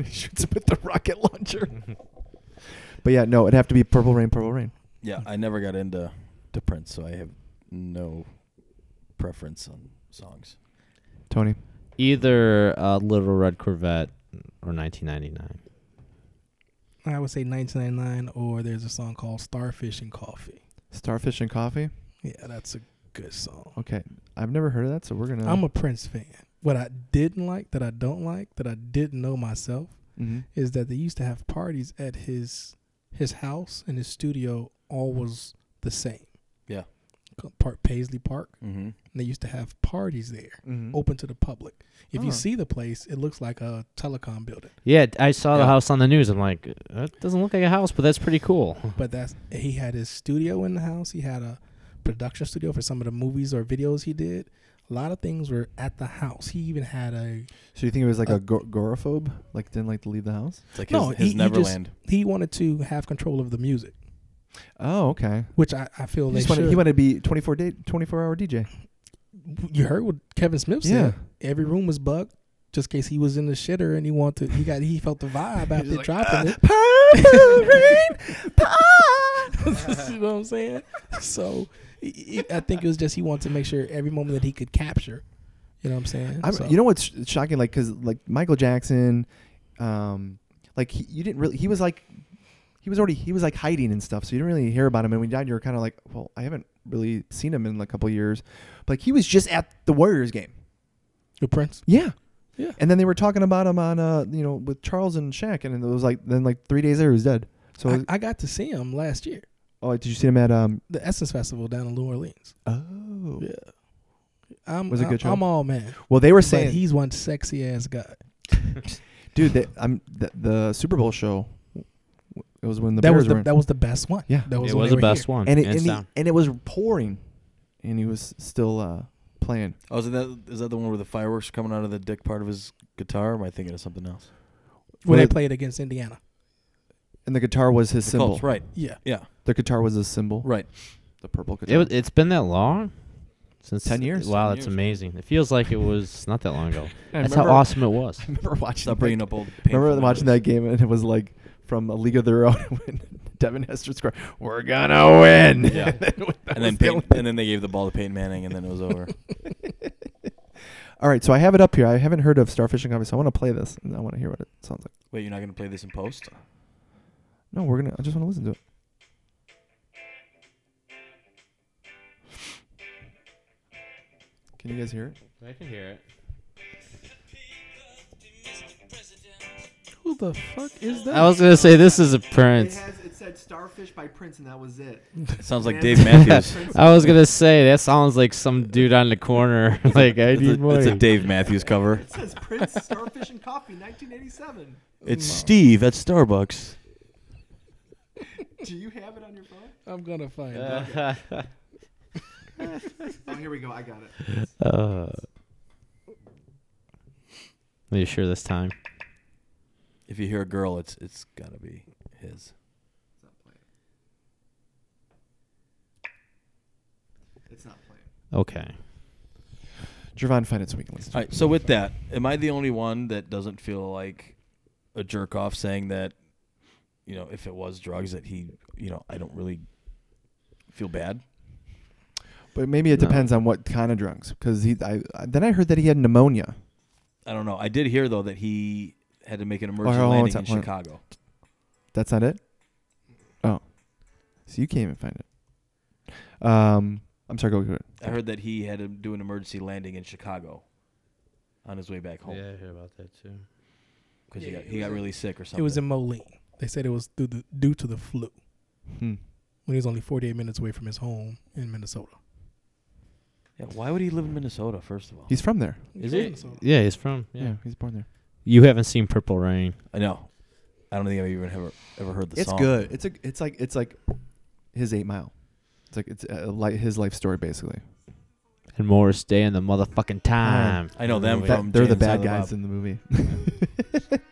Speaker 2: Shoots him with the rocket launcher. but yeah, no, it'd have to be Purple Rain, Purple Rain.
Speaker 4: yeah, I never got into to Prince, so I have no preference on songs.
Speaker 2: Tony.
Speaker 3: Either uh, Little Red Corvette or 1999.
Speaker 5: I would say 1999, or there's a song called Starfish and Coffee.
Speaker 2: Starfish and coffee.
Speaker 5: Yeah, that's a good song.
Speaker 2: Okay. I've never heard of that, so we're gonna
Speaker 5: I'm a Prince fan. What I didn't like, that I don't like, that I didn't know myself,
Speaker 2: Mhm.
Speaker 5: is that they used to have parties at his his house and his studio. All was the same.
Speaker 4: Yeah.
Speaker 5: called Park Paisley Park,
Speaker 4: Mm-hmm.
Speaker 5: and they used to have parties there,
Speaker 2: Mhm.
Speaker 5: open to the public. If
Speaker 2: Oh.
Speaker 5: you see the place, it looks like a telecom building,
Speaker 3: Yeah, d- I saw the
Speaker 4: Yeah.
Speaker 3: house on the news. I'm like, that doesn't look like a house, but that's pretty cool.
Speaker 2: Uh-huh.
Speaker 5: but that's he had his studio in the house. He had a production studio for some of the movies or videos he did. A lot of things were at the house. He even had a
Speaker 2: So you think it was like
Speaker 5: Uh,
Speaker 2: a go- agoraphobe? Like didn't like to leave the house?
Speaker 4: It's like
Speaker 5: No,
Speaker 4: his,
Speaker 5: he-
Speaker 4: his
Speaker 5: he just-
Speaker 4: Neverland.
Speaker 5: he wanted to have control of the music,
Speaker 2: Oh, okay.
Speaker 5: which I, I feel
Speaker 2: He,
Speaker 5: they
Speaker 2: just wanted, he
Speaker 5: should.
Speaker 2: wanted to be 24 day, 24 hour DJ.
Speaker 5: you heard what Kevin Smith said. Every room was bugged, just in case he was in the shitter and he wanted to, he got he felt the
Speaker 2: <laughs>
Speaker 5: vibe after
Speaker 2: "Ah."
Speaker 5: dropping it.
Speaker 2: Purple
Speaker 5: <laughs>
Speaker 2: rain,
Speaker 5: you know what I'm saying? So he- he- I think it was just he wanted to make sure every moment that he could capture. You know what I'm saying?
Speaker 2: I'm,
Speaker 5: So-
Speaker 2: You know what's sh- shocking? Like, cause like Michael Jackson, um, like he, you didn't really. He was like, he was already he was like hiding and stuff. So you didn't really hear about him. And when he died, you were kind of like, well, I haven't really seen him in like, a couple years. But like, he was just at the Warriors game.
Speaker 5: the Prince.
Speaker 2: Yeah.
Speaker 5: Yeah.
Speaker 2: And then they were talking about him on uh, you know, with Charles and Shaq, and it was like then like three days later he was dead. So
Speaker 5: I, I got to see him last year,
Speaker 2: oh, did you see him at um?
Speaker 5: the Essence Festival down in New Orleans.
Speaker 2: Oh.
Speaker 5: Yeah. I'm,
Speaker 2: Was it
Speaker 5: I'm,
Speaker 2: good show?
Speaker 5: I'm all man.
Speaker 2: Well, they were
Speaker 5: But
Speaker 2: saying,
Speaker 5: he's one sexy ass guy.
Speaker 2: dude, that I'm the, the Super Bowl show. It was when the
Speaker 5: that
Speaker 2: Bears
Speaker 5: was the
Speaker 2: were in.
Speaker 5: that was the best one.
Speaker 2: Yeah.
Speaker 5: that was
Speaker 3: it
Speaker 5: when
Speaker 3: was the
Speaker 5: they were
Speaker 3: best
Speaker 5: here.
Speaker 3: one.
Speaker 2: and it
Speaker 3: hands
Speaker 2: and, the,
Speaker 3: down.
Speaker 2: and it was pouring, and he was still uh, playing.
Speaker 4: Oh, is that is that the one where the fireworks are coming out of the dick part of his guitar? Or am I thinking of something else?
Speaker 5: when
Speaker 2: Well,
Speaker 5: they
Speaker 2: it-
Speaker 5: played against Indiana.
Speaker 2: And the guitar was his
Speaker 4: The
Speaker 2: symbol.
Speaker 4: Colts, right?
Speaker 5: Yeah,
Speaker 4: Yeah,
Speaker 2: The guitar was his symbol.
Speaker 4: right.
Speaker 2: The purple guitar.
Speaker 3: It, was- it's been that long since
Speaker 2: 10 years.
Speaker 3: Wow,
Speaker 4: 10
Speaker 3: that's
Speaker 4: years.
Speaker 3: amazing. It feels like it was not that long ago.
Speaker 2: I
Speaker 3: that's how
Speaker 2: remember-
Speaker 3: <laughs> awesome it was.
Speaker 2: I remember watching.
Speaker 4: Stop
Speaker 2: that-
Speaker 3: <laughs>
Speaker 4: bringing up old.
Speaker 2: remember watching that game, and it was like from a League of Their Own <laughs> when Devin Hester scored. We're gonna win.
Speaker 4: Yeah.
Speaker 2: and then, that
Speaker 4: <laughs> and
Speaker 2: was
Speaker 4: then
Speaker 2: the
Speaker 4: Peyton,
Speaker 2: only-
Speaker 4: and then they gave the ball to Peyton Manning, and then it was <laughs> over.
Speaker 2: <laughs> all right, so I have it up here. I haven't heard of Starfish and Coffee, so I want to play this, and I want to hear what it sounds like.
Speaker 4: Wait, you're not gonna play this in <laughs> post?
Speaker 2: No, we're gonna. I just want to listen to it. Can you guys hear it?
Speaker 3: I can hear it.
Speaker 5: Who the fuck is that?
Speaker 3: I was gonna say this is a Prince.
Speaker 2: it said Starfish by Prince, and that was it.
Speaker 4: It sounds like Dave <laughs> Matthews.
Speaker 3: I was gonna say that sounds like some dude on the corner. <laughs> like I
Speaker 4: It's
Speaker 3: need
Speaker 4: a, it's a
Speaker 3: money.
Speaker 4: Dave Matthews cover.
Speaker 2: says Prince Starfish and Coffee, 1987.
Speaker 4: It's Steve at Starbucks.
Speaker 2: Do you have it on your phone?
Speaker 5: I'm gonna find out.
Speaker 3: Uh,
Speaker 2: Oh, here we go. I got it.
Speaker 3: uh, are you sure this time?
Speaker 4: If you hear a girl, it's it's gotta be his.
Speaker 2: It's not playing. It's not playing.
Speaker 3: Okay.
Speaker 2: Javon, find it so we can listen.
Speaker 4: All right. So with that, am I the only one that doesn't feel like a jerk off saying that? You know, if it was drugs, that he, you know, I don't really feel bad.
Speaker 2: But maybe it
Speaker 3: No.
Speaker 2: depends on what kind of drugs, because he. I, I then I heard that he had pneumonia.
Speaker 4: I don't know. I did hear though that he had to make an emergency
Speaker 2: Oh, hold on one
Speaker 4: landing
Speaker 2: sec,
Speaker 4: in
Speaker 2: hold on.
Speaker 4: Chicago.
Speaker 2: That's not it. Oh, so you can't even find it. Um, I'm sorry. Go. go ahead.
Speaker 4: I heard that he had to do an emergency landing in Chicago on his way back home
Speaker 3: I heard about that too.
Speaker 4: because he
Speaker 5: Yeah,
Speaker 4: got,
Speaker 5: it
Speaker 4: he
Speaker 5: was
Speaker 4: got
Speaker 5: in-
Speaker 4: really sick or something.
Speaker 5: It was in Moline. They said it was due to, due to the flu
Speaker 2: Hmm.
Speaker 5: when he was only 48 minutes away from his home in Minnesota.
Speaker 4: yeah, why would he live in Minnesota? First of all,
Speaker 2: He's from there.
Speaker 4: Is
Speaker 5: From
Speaker 4: it?
Speaker 5: Minnesota.
Speaker 3: Yeah, he's from.
Speaker 2: Yeah.
Speaker 3: Yeah.
Speaker 2: he's born there.
Speaker 3: You haven't seen Purple Rain.
Speaker 4: I know. I don't think I've even ever ever heard the
Speaker 2: it's
Speaker 4: song.
Speaker 2: good. It's a. It's like. It's like his eight mile. It's like it's uh, like his life story basically.
Speaker 3: And Morris Day and the motherfucking time.
Speaker 4: I know them
Speaker 3: That-
Speaker 2: That,
Speaker 4: from
Speaker 2: they're the
Speaker 4: Jane's
Speaker 2: bad
Speaker 4: Island
Speaker 2: guys
Speaker 4: Bob.
Speaker 2: in the movie. <laughs>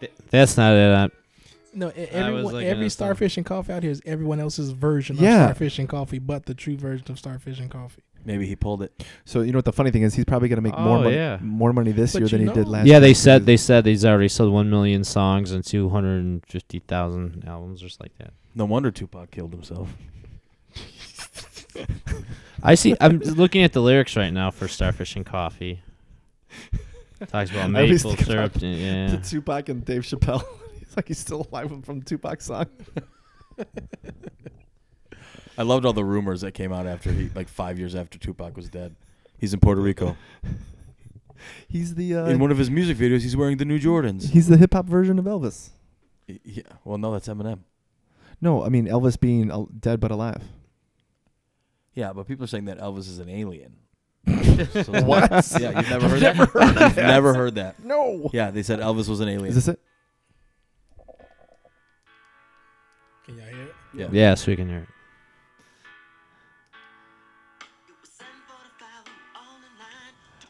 Speaker 3: Th- That's not it. uh,
Speaker 5: No, e-
Speaker 3: was
Speaker 5: everyone,
Speaker 3: looking at
Speaker 5: every
Speaker 3: the-
Speaker 5: Starfish and Coffee out here is everyone else's version
Speaker 2: Yeah.
Speaker 5: of Starfish and Coffee, but the true version of Starfish
Speaker 2: <laughs>
Speaker 5: and Coffee.
Speaker 4: Maybe he pulled it.
Speaker 2: So you know what the funny thing is? He's probably gonna make more
Speaker 3: Oh,
Speaker 2: money,
Speaker 3: yeah.
Speaker 2: more money this
Speaker 5: But
Speaker 2: year than
Speaker 5: you
Speaker 2: he did
Speaker 5: know-
Speaker 2: last.
Speaker 3: Yeah,
Speaker 2: year
Speaker 3: they
Speaker 2: because-
Speaker 3: said they said he's already sold one million songs and two hundred and fifty thousand albums, or just like that.
Speaker 4: No wonder Tupac killed himself.
Speaker 3: I see. <laughs> I'm just looking at the lyrics right now for Starfish and Coffee. Talks about <laughs>
Speaker 2: I always
Speaker 3: maple
Speaker 2: think about
Speaker 3: syrup. and-
Speaker 2: to
Speaker 3: yeah.
Speaker 2: Tupac and Dave Chappelle. <laughs> He's like he's still alive from Tupac's song.
Speaker 4: I loved all the rumors that came out after he, like five years after Tupac was dead. He's in Puerto Rico.
Speaker 2: He's the
Speaker 4: In
Speaker 2: uh,
Speaker 4: one of his music videos, he's wearing the new Jordans.
Speaker 2: he's the hip hop version of Elvis.
Speaker 4: Yeah. Well, no, that's Eminem.
Speaker 2: No, I mean Elvis being al- dead but alive.
Speaker 4: Yeah, but people are saying that Elvis is an alien. <laughs> So- Yeah, you've never heard that. You've never heard that.
Speaker 2: No.
Speaker 4: Yeah, they said Elvis was an alien.
Speaker 2: Is this it?
Speaker 5: Can y'all hear it?
Speaker 4: yeah.
Speaker 3: Yes, we can hear it.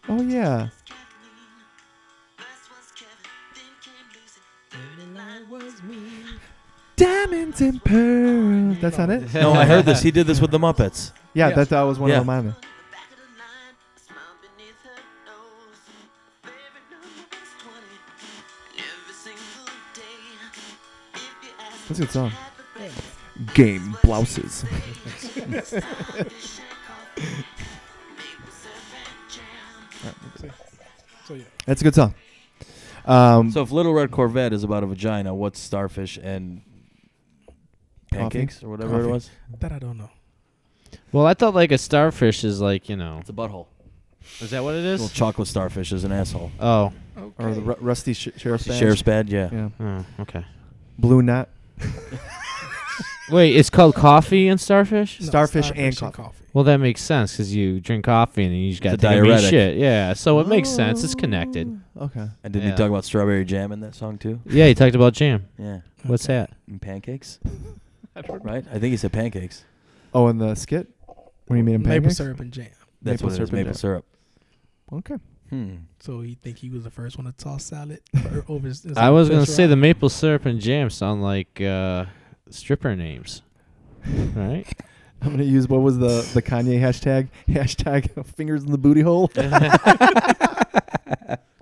Speaker 2: Oh yeah. Diamonds and pearls. That's not
Speaker 3: <laughs>
Speaker 2: it.
Speaker 4: No, I heard this. He did this
Speaker 2: <laughs>
Speaker 4: with the Muppets.
Speaker 2: Yeah,
Speaker 5: Yeah.
Speaker 2: that that was one
Speaker 4: Yeah.
Speaker 2: of mine. That's a good song. Game blouses.
Speaker 5: So yeah,
Speaker 2: That's a good song. Um,
Speaker 4: So if Little Red Corvette is about a vagina, what's Starfish and pancakes or whatever
Speaker 2: Coffee.
Speaker 4: it was?
Speaker 5: that I don't know.
Speaker 3: Well, I thought like a starfish is like you know.
Speaker 4: It's a butthole.
Speaker 3: Is that what it
Speaker 4: Little
Speaker 3: is?
Speaker 4: chocolate starfish is an asshole.
Speaker 3: Oh.
Speaker 5: Okay.
Speaker 2: or the ru- rusty sh- sheriff's badge.
Speaker 4: Sheriff's bad, yeah.
Speaker 2: Yeah.
Speaker 3: Oh, okay.
Speaker 2: Blue knot.
Speaker 3: <laughs> Wait, it's called coffee and starfish.
Speaker 5: No,
Speaker 2: Starfish and coffee.
Speaker 3: Well, that makes sense because you drink coffee and then you just got
Speaker 4: It's a diuretic.
Speaker 3: shit. Yeah, so it makes sense.
Speaker 2: Oh.
Speaker 3: It's connected.
Speaker 2: Okay.
Speaker 4: And didn't
Speaker 3: Yeah.
Speaker 4: he talk about strawberry jam in that song too?
Speaker 3: Yeah, you talked about jam.
Speaker 4: Yeah.
Speaker 3: What's that?
Speaker 4: And pancakes? right? I think he said pancakes.
Speaker 2: Oh, and the skit when you made him
Speaker 5: Maple
Speaker 2: pancakes?
Speaker 5: syrup and jam.
Speaker 4: That's
Speaker 2: Maple
Speaker 4: what it
Speaker 2: syrup
Speaker 4: is,
Speaker 2: and
Speaker 4: maple
Speaker 2: jam.
Speaker 4: syrup.
Speaker 2: Okay.
Speaker 4: Hmm.
Speaker 5: So you think he was the first one to
Speaker 2: <laughs>
Speaker 5: toss salad or over? His, his
Speaker 3: I was gonna
Speaker 5: fish
Speaker 3: say the
Speaker 5: around?
Speaker 3: maple syrup and jam sound like uh, stripper names, right?
Speaker 2: <laughs> I'm gonna use what was the the Kanye hashtag <laughs> hashtag fingers in the booty hole.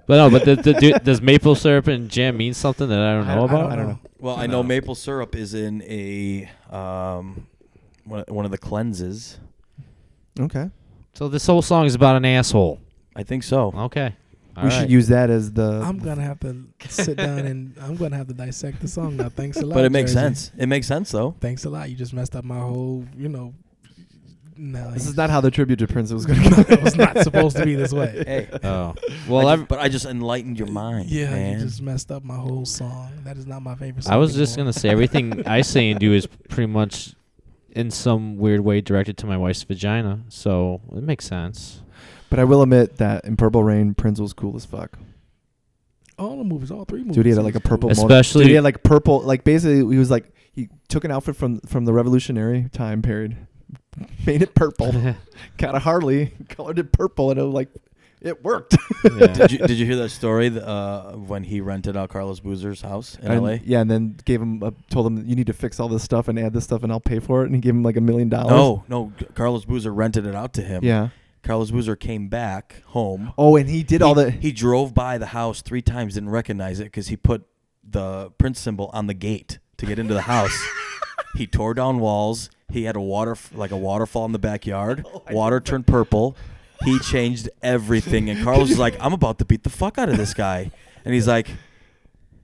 Speaker 3: But no, but the, the, do, does maple syrup and jam mean something that I don't know
Speaker 2: I
Speaker 3: about?
Speaker 2: don't know.
Speaker 4: Well, I know maple syrup is in a um one one of the cleanses.
Speaker 2: Okay.
Speaker 3: So this whole song is about an asshole.
Speaker 4: I think so.
Speaker 3: Okay, All
Speaker 2: we
Speaker 3: right.
Speaker 2: should use that as the.
Speaker 5: I'm gonna have to sit down
Speaker 2: <laughs>
Speaker 5: and I'm gonna have to dissect the song now. Thanks a lot.
Speaker 4: But it makes
Speaker 5: Jersey.
Speaker 4: sense. It makes sense though.
Speaker 5: Thanks a lot. You just messed up my whole. You know. No,
Speaker 2: This
Speaker 5: you-
Speaker 2: is not how the tribute to Prince
Speaker 5: <laughs>
Speaker 2: was going. to
Speaker 5: no, it was not supposed to be this
Speaker 2: <laughs>
Speaker 5: way.
Speaker 4: Hey.
Speaker 3: Oh well,
Speaker 4: I
Speaker 3: I,
Speaker 4: just- but I just enlightened your mind.
Speaker 5: Uh, Yeah,
Speaker 4: man.
Speaker 5: you just messed up my whole song. That is not my favorite song.
Speaker 3: I was just
Speaker 5: anymore.
Speaker 3: gonna say everything I say and do is pretty much in some weird way directed to my wife's vagina, so it makes sense.
Speaker 2: But I will admit that in Purple Rain, Prince was cool as fuck.
Speaker 5: all the movies, all three movies.
Speaker 2: Dude, he had
Speaker 5: he
Speaker 2: like a
Speaker 5: was cool.
Speaker 2: purple.
Speaker 3: It's-
Speaker 2: motor-
Speaker 3: Especially-
Speaker 2: Dude, he had like purple. Like basically, he was like he took an outfit from from the Revolutionary time period, <laughs> made it purple, <laughs> got a Harley, <laughs> colored it purple, and it was like it worked.
Speaker 3: <laughs> Yeah.
Speaker 4: did, you, did you hear that story th- uh, when he rented out Carlos Boozer's house in
Speaker 2: And-
Speaker 4: LA?
Speaker 2: Yeah, and then gave him a, told him you need to fix all this stuff and add this stuff, and I'll pay for it. And he gave him like a million dollars.
Speaker 4: No, no. G- Carlos Boozer rented it out to him.
Speaker 2: Yeah.
Speaker 4: Carlos Boozer came back home.
Speaker 2: Oh, and he did all
Speaker 4: he,
Speaker 2: the.
Speaker 4: he drove by the house three times, didn't recognize it because he put the Prince symbol on the gate to get into
Speaker 2: <laughs>
Speaker 4: the house. he tore down walls. He had a water like a waterfall in
Speaker 2: <laughs>
Speaker 4: the backyard.
Speaker 2: Oh,
Speaker 4: Water turned purple. He changed everything, and Carlos was like, "I'm about to beat the fuck out of this guy," and he's like,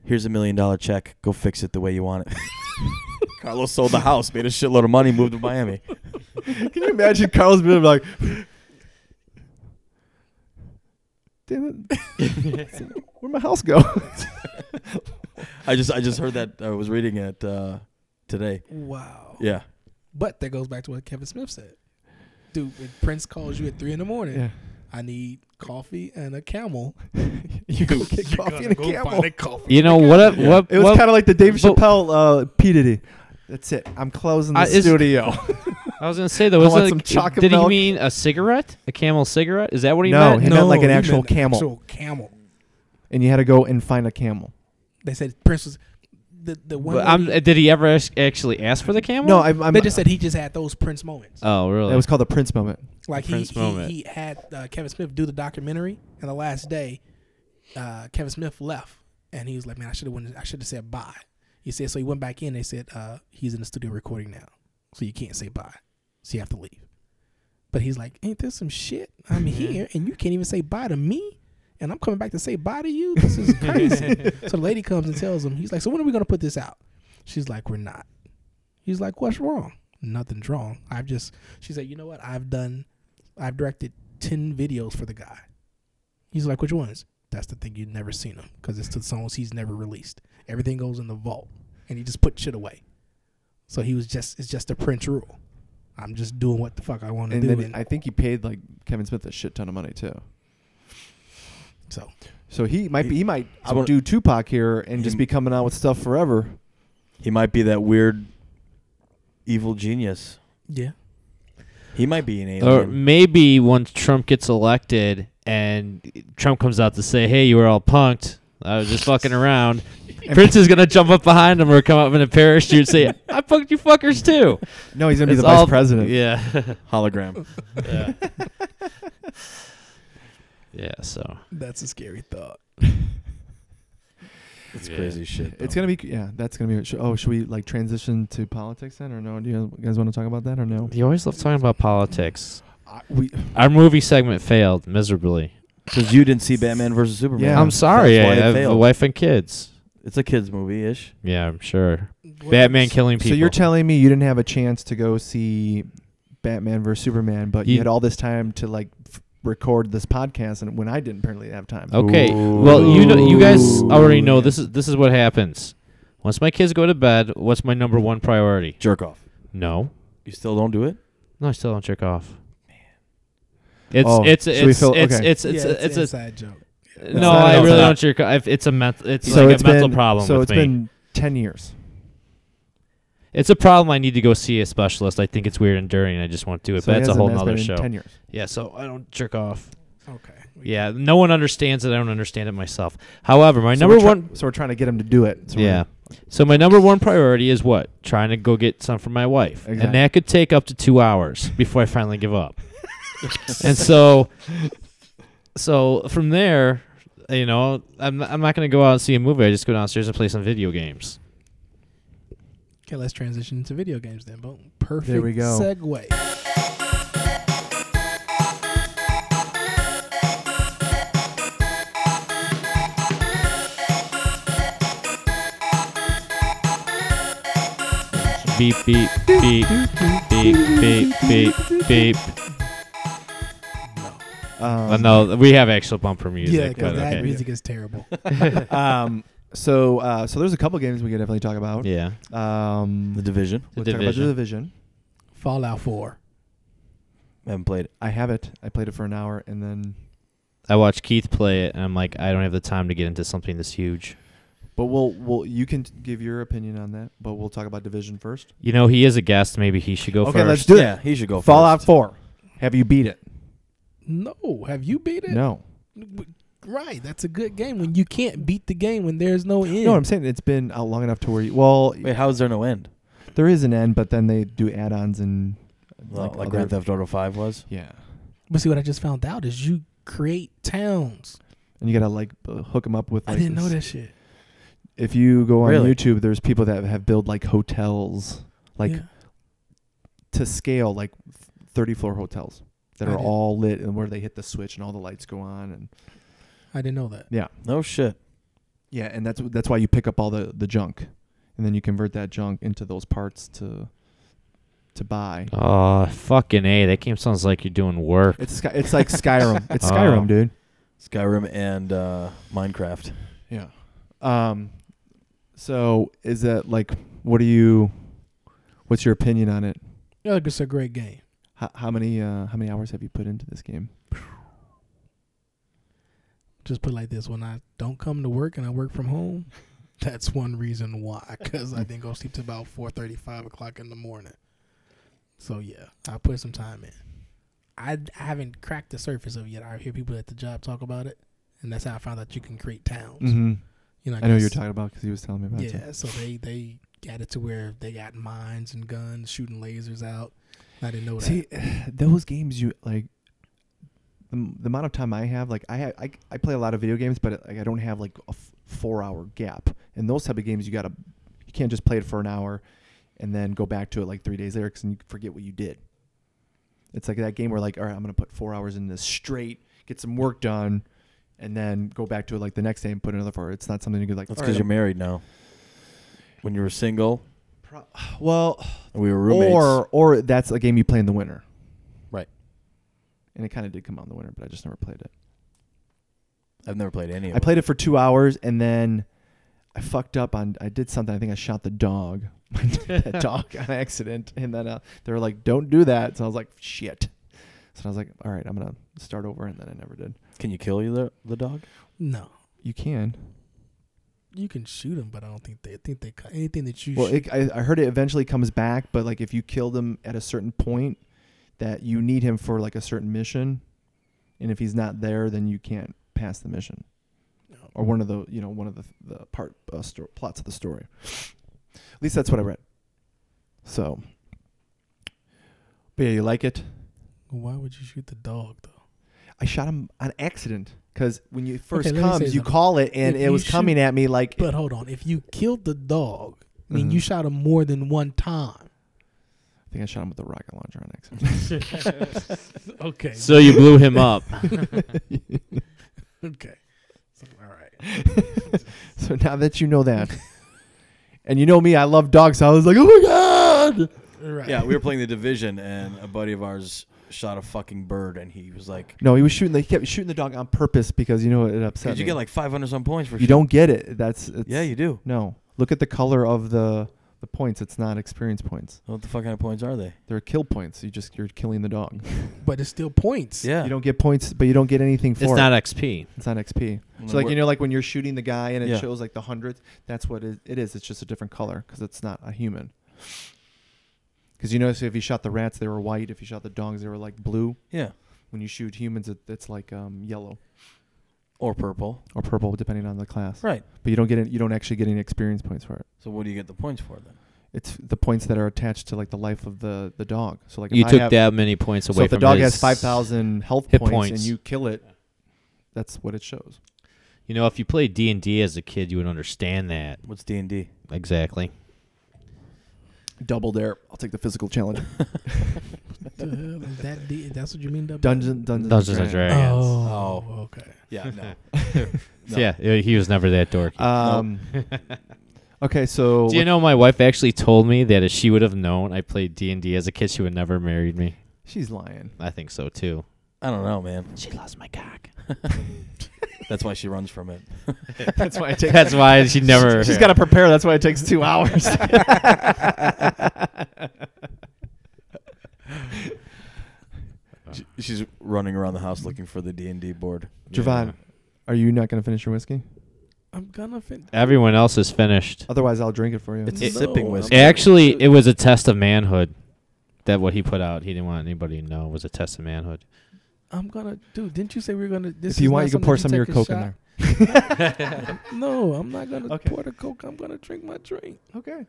Speaker 4: "Here's a million dollar check. Go fix it the way you want it."
Speaker 2: <laughs>
Speaker 4: Carlos sold the house, made a shitload of money, moved to Miami.
Speaker 2: Can you imagine Carlos being like, damn it,
Speaker 4: <laughs>
Speaker 2: where'd my house go?
Speaker 4: I just I just heard that I was reading it uh, today.
Speaker 5: Wow.
Speaker 4: Yeah.
Speaker 5: But that goes back to what Kevin Smith said. Dude, when Prince calls you at three in the morning,
Speaker 2: yeah.
Speaker 5: I need coffee and a camel.
Speaker 2: <laughs>
Speaker 5: <laughs>
Speaker 2: You go get coffee and a camel.
Speaker 3: you know what? I-
Speaker 4: Yeah.
Speaker 3: What?
Speaker 2: It was
Speaker 3: what-
Speaker 2: kind of like the Dave
Speaker 3: but-
Speaker 2: Chappelle uh, P Diddy. That's it. I'm closing the
Speaker 3: I- is-
Speaker 2: studio.
Speaker 3: <laughs> I was gonna say though,
Speaker 2: I
Speaker 3: was
Speaker 2: want
Speaker 3: it
Speaker 2: some
Speaker 3: like-
Speaker 2: chocolate
Speaker 3: did
Speaker 2: milk.
Speaker 3: he mean a cigarette? A camel cigarette? Is that what he
Speaker 2: No,
Speaker 3: meant?
Speaker 2: he meant like an
Speaker 5: he
Speaker 2: actual
Speaker 5: meant
Speaker 2: camel.
Speaker 5: Actual camel.
Speaker 2: and you had to go and find a camel.
Speaker 5: They said Prince was the the one.
Speaker 3: But I'm,
Speaker 5: lady-
Speaker 3: uh, did he ever ask, actually ask for the camel?
Speaker 2: No, I'm. I'm
Speaker 5: they just said he just had those Prince moments.
Speaker 3: Oh, really?
Speaker 2: it was called the Prince moment.
Speaker 5: like he,
Speaker 3: Prince
Speaker 5: he,
Speaker 3: moment.
Speaker 5: he had uh, Kevin Smith do the documentary, and the last day, uh, Kevin Smith left, and he was like, "Man, I should have went. I should have said bye." He said so. He went back in. They said uh, he's in the studio recording now, so you can't say bye. So you have to leave. But he's like, "Ain't this some shit? I'm
Speaker 3: Mm-hmm.
Speaker 5: here, and you can't even say bye to me." And I'm coming back to say bye to you. This
Speaker 2: <laughs>
Speaker 3: <laughs>
Speaker 5: is crazy. so the lady comes and tells him, he's like, So when are we going to put this out? She's like, We're not. He's like, What's wrong? Nothing's wrong. I've just, she said, You know what? I've done I've directed 10 videos for the guy. He's like, which ones? That's the thing you've never seen him because it's the songs he's never released. Everything goes in the vault and he just put shit away. So he was just, it's just a Prince rule. I'm just doing what the fuck I want to
Speaker 2: And
Speaker 5: do.
Speaker 2: then
Speaker 5: And
Speaker 2: I think he paid like Kevin Smith a shit ton of money too.
Speaker 5: so
Speaker 2: So he might be he might
Speaker 4: He's one-
Speaker 2: outdo Tupac here and
Speaker 4: He-
Speaker 2: just be coming out with stuff forever.
Speaker 4: He might be that weird, evil genius.
Speaker 5: yeah,
Speaker 4: He might be an
Speaker 3: Or
Speaker 4: alien.
Speaker 3: maybe once Trump gets elected and Trump comes out to say, "Hey, you were all punked. I was just fucking
Speaker 2: <laughs>
Speaker 3: around." Prince is gonna jump up behind him or come up in a parachute and
Speaker 2: <laughs>
Speaker 3: say, "I punked you fuckers too."
Speaker 2: No, he's gonna be
Speaker 3: It's
Speaker 2: the vice
Speaker 3: all-
Speaker 2: president.
Speaker 3: Yeah. <laughs>
Speaker 4: Hologram.
Speaker 2: <laughs>
Speaker 3: yeah. yeah. So
Speaker 5: that's a scary thought.
Speaker 4: That's
Speaker 3: Yeah.
Speaker 4: crazy shit.
Speaker 2: It's
Speaker 4: though.
Speaker 2: gonna be yeah. That's gonna be. sh- Oh, should we like transition to politics then, or no? Do you guys want to talk about that or no?
Speaker 3: you always love talking about politics.
Speaker 2: I, we
Speaker 3: Our movie segment failed miserably.
Speaker 4: Because you didn't see Batman versus Superman.
Speaker 2: Yeah.
Speaker 3: I'm sorry.
Speaker 4: That's why
Speaker 3: I
Speaker 4: it
Speaker 3: have a
Speaker 4: failed.
Speaker 3: wife and kids.
Speaker 4: It's a kids movie ish.
Speaker 3: Yeah, I'm sure. Batman killing people.
Speaker 2: So you're telling me you didn't have a chance to go see Batman versus Superman, but you,
Speaker 3: You-
Speaker 2: had all this time to like f- record this podcast, and when I didn't apparently have time.
Speaker 3: Okay. Well, you know, you guys
Speaker 4: Ooh.
Speaker 3: already know this is this is what happens. Once my kids go to bed, what's my number one priority?
Speaker 4: Jerk off.
Speaker 3: No,
Speaker 4: You still don't do it?
Speaker 3: no, I still don't jerk off. It's
Speaker 2: Oh,
Speaker 3: it's
Speaker 2: so we
Speaker 3: it's
Speaker 2: feel-
Speaker 3: it's
Speaker 2: okay.
Speaker 3: it's
Speaker 5: yeah,
Speaker 3: it's
Speaker 5: it's,
Speaker 3: a-
Speaker 5: an
Speaker 3: it's
Speaker 5: inside joke.
Speaker 3: a
Speaker 2: It's
Speaker 3: no.
Speaker 2: not-
Speaker 3: I
Speaker 2: no, it's
Speaker 3: really
Speaker 2: not.
Speaker 3: don't jerk off. It's a mental. It's
Speaker 2: so
Speaker 3: like
Speaker 2: it's
Speaker 3: a mental
Speaker 2: been,
Speaker 3: problem
Speaker 2: So
Speaker 3: with
Speaker 2: it's
Speaker 3: me.
Speaker 2: been ten years.
Speaker 3: it's a problem. I need to go see a specialist. I think it's weird and dirty, and I just won't do it.
Speaker 2: so
Speaker 3: but that's a
Speaker 2: hasn't
Speaker 3: whole
Speaker 2: been
Speaker 3: nother
Speaker 2: in
Speaker 3: show.
Speaker 2: Ten years.
Speaker 3: Yeah. So I don't jerk off.
Speaker 5: Okay.
Speaker 3: Yeah. No one understands it. I don't understand it myself. However, my
Speaker 2: So
Speaker 3: number
Speaker 2: we're try-
Speaker 3: one.
Speaker 2: So we're trying to get him to do it. So we're-
Speaker 3: Yeah. So my number one priority is what? Trying to go get some for my wife.
Speaker 2: Exactly.
Speaker 3: And that could take up to two hours before I finally
Speaker 2: <laughs>
Speaker 3: give up. and so so from there, you know, I'm I'm not gonna go out and see a movie. I just go downstairs and play some video games.
Speaker 5: Okay, let's transition to video games then. Boom. Perfect
Speaker 2: we go.
Speaker 5: segue.
Speaker 3: Beep beep beep beep beep beep beep.
Speaker 2: Um,
Speaker 3: Well, <laughs> no, we have actual bumper music.
Speaker 5: yeah, because
Speaker 3: but
Speaker 5: that
Speaker 3: okay.
Speaker 5: music is terrible.
Speaker 2: <laughs> um, so uh, so there's a couple games we could definitely talk about.
Speaker 3: <laughs> Yeah.
Speaker 2: Um,
Speaker 4: The Division.
Speaker 3: The
Speaker 2: let's talk about the
Speaker 3: Division.
Speaker 2: division.
Speaker 5: Fallout 4.
Speaker 4: haven't played it.
Speaker 2: I have it. I played it for an hour, and then.
Speaker 3: I watched Keith play it and I'm like, I don't have the time to get into something this huge.
Speaker 2: But we'll we'll you can t- give your opinion on that. But we'll talk about division first.
Speaker 3: You know, he is a guest, maybe he should go
Speaker 2: okay,
Speaker 3: first.
Speaker 2: let's do
Speaker 4: yeah,
Speaker 2: it.
Speaker 4: he should go
Speaker 2: Fallout
Speaker 4: Oh, first.
Speaker 2: Four. Have you beat it?
Speaker 5: No, have you beat it?
Speaker 2: No.
Speaker 5: Right, that's a good game when you can't beat the game when there's no end.
Speaker 2: No, I'm saying it's been out long enough to where you, well,
Speaker 4: Wait, how is there no end?
Speaker 2: there is an end, but then they do add-ons and
Speaker 4: Well, like
Speaker 2: other-
Speaker 4: Grand Theft Auto 5 was?
Speaker 2: Yeah,
Speaker 5: but see what I just found out is you create towns.
Speaker 2: and you gotta like uh, hook them up with.
Speaker 5: I
Speaker 2: Like
Speaker 5: didn't know
Speaker 2: this-
Speaker 5: that shit.
Speaker 2: If you go on
Speaker 4: Really?
Speaker 2: YouTube, there's people that have built like hotels, like
Speaker 5: Yeah.
Speaker 2: to scale, like 30 floor hotels that
Speaker 5: I
Speaker 2: are
Speaker 5: did.
Speaker 2: all lit and where they hit the switch and all the lights go on and
Speaker 5: I didn't know that.
Speaker 4: No shit.
Speaker 2: yeah, and that's that's why you pick up all the the junk, and then you convert that junk into those parts to to buy.
Speaker 3: Oh, fucking A. That game sounds like you're doing work.
Speaker 2: It's Sky- it's like Skyrim. It's
Speaker 3: Oh.
Speaker 2: Skyrim, dude.
Speaker 4: Skyrim and uh, Minecraft.
Speaker 2: Yeah. Um. So is that like what do you? What's your opinion on it?
Speaker 5: Yeah, like it's a great game.
Speaker 2: How, how many uh, how many hours have you put into this game?
Speaker 5: Just put it like this: when I don't come to work and I work from home,
Speaker 2: <laughs>
Speaker 5: that's one reason why. Because I didn't go sleep till about four thirty, five o'clock in the morning. So yeah, I put some time in. I, I haven't cracked the surface of it yet. I hear people at the job talk about it, and that's how I found out you can create towns.
Speaker 2: Mm-hmm.
Speaker 5: You know,
Speaker 2: I know
Speaker 5: guess-
Speaker 2: you're talking about because he was telling me about
Speaker 5: Yeah,
Speaker 2: it.
Speaker 5: so they they got it to where they got mines and guns shooting lasers out. I didn't know that.
Speaker 2: See, <sighs> those games you like. The, m- the amount of time I have, like I, ha- I I play a lot of video games, but like, I don't have like a f- four hour gap. And those type of games, you gotta, you can't just play it for an hour, and then go back to it like three days later because you forget what you did. It's like that game where like, all right, I'm gonna put four hours in this straight, get some work done, and then go back to it like the next day and put another four. It's not something you could like.
Speaker 4: That's
Speaker 2: all
Speaker 4: because
Speaker 2: right,
Speaker 4: you're married now. When you were single,
Speaker 2: I'm- well,
Speaker 4: and we were roommates.
Speaker 2: or or that's a game you play in the winter,
Speaker 4: Right.
Speaker 2: And it kind of did come out in the winter, but I just never played it.
Speaker 4: I've never played any of
Speaker 2: I played it for two hours, and then I fucked up on I did something. I think I shot the dog, <laughs>
Speaker 4: <laughs>
Speaker 2: that dog on accident, and then uh, they were like, "Don't do that." So I was like, "Shit." So I was like, "All right, I'm gonna start over," and then I never did.
Speaker 4: Can you kill you the the dog?
Speaker 5: No,
Speaker 2: You can.
Speaker 5: you can shoot them, but I don't think they I think they cut anything that you.
Speaker 2: Well,
Speaker 5: shoot,
Speaker 2: it, I, I heard it eventually comes back, but like if you kill them at a certain point, that you need him for like a certain mission, and if he's not there, then you can't pass the mission,
Speaker 5: No.
Speaker 2: or one of the you know one of the the part uh, sto- plots of the story. At least that's what I read. So, but yeah, you like it?
Speaker 5: Why would you shoot the dog though?
Speaker 2: I shot him on accident because when you first
Speaker 5: let me say
Speaker 2: comes, you
Speaker 5: something.
Speaker 2: call it, and
Speaker 5: If
Speaker 2: it
Speaker 5: you
Speaker 2: was
Speaker 5: shoot-
Speaker 2: coming at me like
Speaker 5: But hold on, if you killed the dog, I mean
Speaker 2: Mhm.
Speaker 5: you shot him more than one time.
Speaker 2: I think I shot him with a rocket launcher on accident.
Speaker 5: Okay.
Speaker 3: So you blew
Speaker 2: <laughs>
Speaker 3: him up.
Speaker 5: okay. So, all right.
Speaker 2: <laughs> So now that you know that, and you know me, I love dogs. So I was like, oh my god!
Speaker 5: All right.
Speaker 4: Yeah, we were playing the division, and a buddy of ours shot a fucking bird, and he was like,
Speaker 2: No, he was shooting. The, he kept shooting the dog on purpose because you know it upset.
Speaker 4: "Did you
Speaker 2: me.
Speaker 4: get like 500 some points for?"
Speaker 2: You don't get it. That's it's,
Speaker 4: Yeah, you do.
Speaker 2: No, look at the color of the the points. It's not experience points.
Speaker 4: What the fuck kind of points are they?
Speaker 2: They're kill points. You just you're killing the dog.
Speaker 5: But it's still points.
Speaker 4: Yeah,
Speaker 2: You don't get points, but you don't get anything for
Speaker 3: it's
Speaker 2: it.
Speaker 3: not XP.
Speaker 2: it's not XP.
Speaker 4: And
Speaker 2: So like
Speaker 4: we're-
Speaker 2: you know like when you're shooting the guy and it
Speaker 4: Yeah.
Speaker 2: shows like the hundredth. That's what it, it is. It's just a different color because it's not a human. Because you notice if you shot the rats, they were white. If you shot the dogs, they were like blue.
Speaker 4: Yeah,
Speaker 2: when you shoot humans, it, it's like um, yellow
Speaker 4: or purple.
Speaker 2: or purple, depending on the class.
Speaker 4: Right.
Speaker 2: But you don't get it. You don't actually get any experience points for it.
Speaker 4: So what do you get the points for then?
Speaker 2: It's the points that are attached to like the life of the the dog. So like if
Speaker 3: You
Speaker 2: I
Speaker 3: took
Speaker 2: have,
Speaker 3: that many points away
Speaker 2: So if the
Speaker 3: from
Speaker 2: dog
Speaker 3: his-
Speaker 2: has five thousand health
Speaker 3: hit
Speaker 2: points, and
Speaker 3: points.
Speaker 2: you kill it, that's what it shows.
Speaker 3: You know, if you played D and D as a kid, you would understand that
Speaker 4: What's D and D?
Speaker 2: <laughs>
Speaker 3: exactly.
Speaker 2: Double there. I'll take the physical challenge.
Speaker 5: What the hell is that D- that's what you mean double?
Speaker 2: Dungeon Dungeons,
Speaker 3: Dungeons and
Speaker 2: and Dragons.
Speaker 3: Dragons.
Speaker 5: Oh, okay.
Speaker 4: <laughs>
Speaker 3: <laughs>
Speaker 4: Yeah, no.
Speaker 3: So yeah, uh, he was never that dorky.
Speaker 2: Um, <laughs>
Speaker 3: <laughs>
Speaker 2: okay, so
Speaker 3: Do you
Speaker 2: what-
Speaker 3: know my wife actually told me that if she would have known I played D and D as a kid, she would never have married me.
Speaker 2: she's
Speaker 3: <laughs>
Speaker 2: lying.
Speaker 3: I think so too.
Speaker 4: I don't know, man.
Speaker 3: She loves my cock.
Speaker 4: <laughs> That's why she runs from it.
Speaker 2: That's why I take.
Speaker 3: That's why she never.
Speaker 2: She's got to prepare. That's why it takes two hours.
Speaker 4: <laughs> She- She's running around the house looking for the D and D board. <laughs>
Speaker 2: Javon, are you not going to finish your whiskey?
Speaker 5: I'm gonna fin-
Speaker 3: Everyone else is finished.
Speaker 2: Otherwise, I'll drink it for you.
Speaker 4: It's
Speaker 3: It-
Speaker 4: a sipping
Speaker 5: No,
Speaker 4: whiskey.
Speaker 3: Actually, it was a test of manhood. That what he put out, he didn't want anybody to know was a test of manhood.
Speaker 5: I'm gonna dude, didn't you say we were gonna this
Speaker 2: if you
Speaker 5: is
Speaker 2: want,
Speaker 5: not
Speaker 2: you can pour some
Speaker 5: something
Speaker 2: of your
Speaker 5: take a
Speaker 2: coke in
Speaker 5: shot?
Speaker 2: there.
Speaker 5: <laughs> No, I'm not gonna
Speaker 2: Okay.
Speaker 5: pour the coke. I'm gonna drink my drink.
Speaker 2: Okay.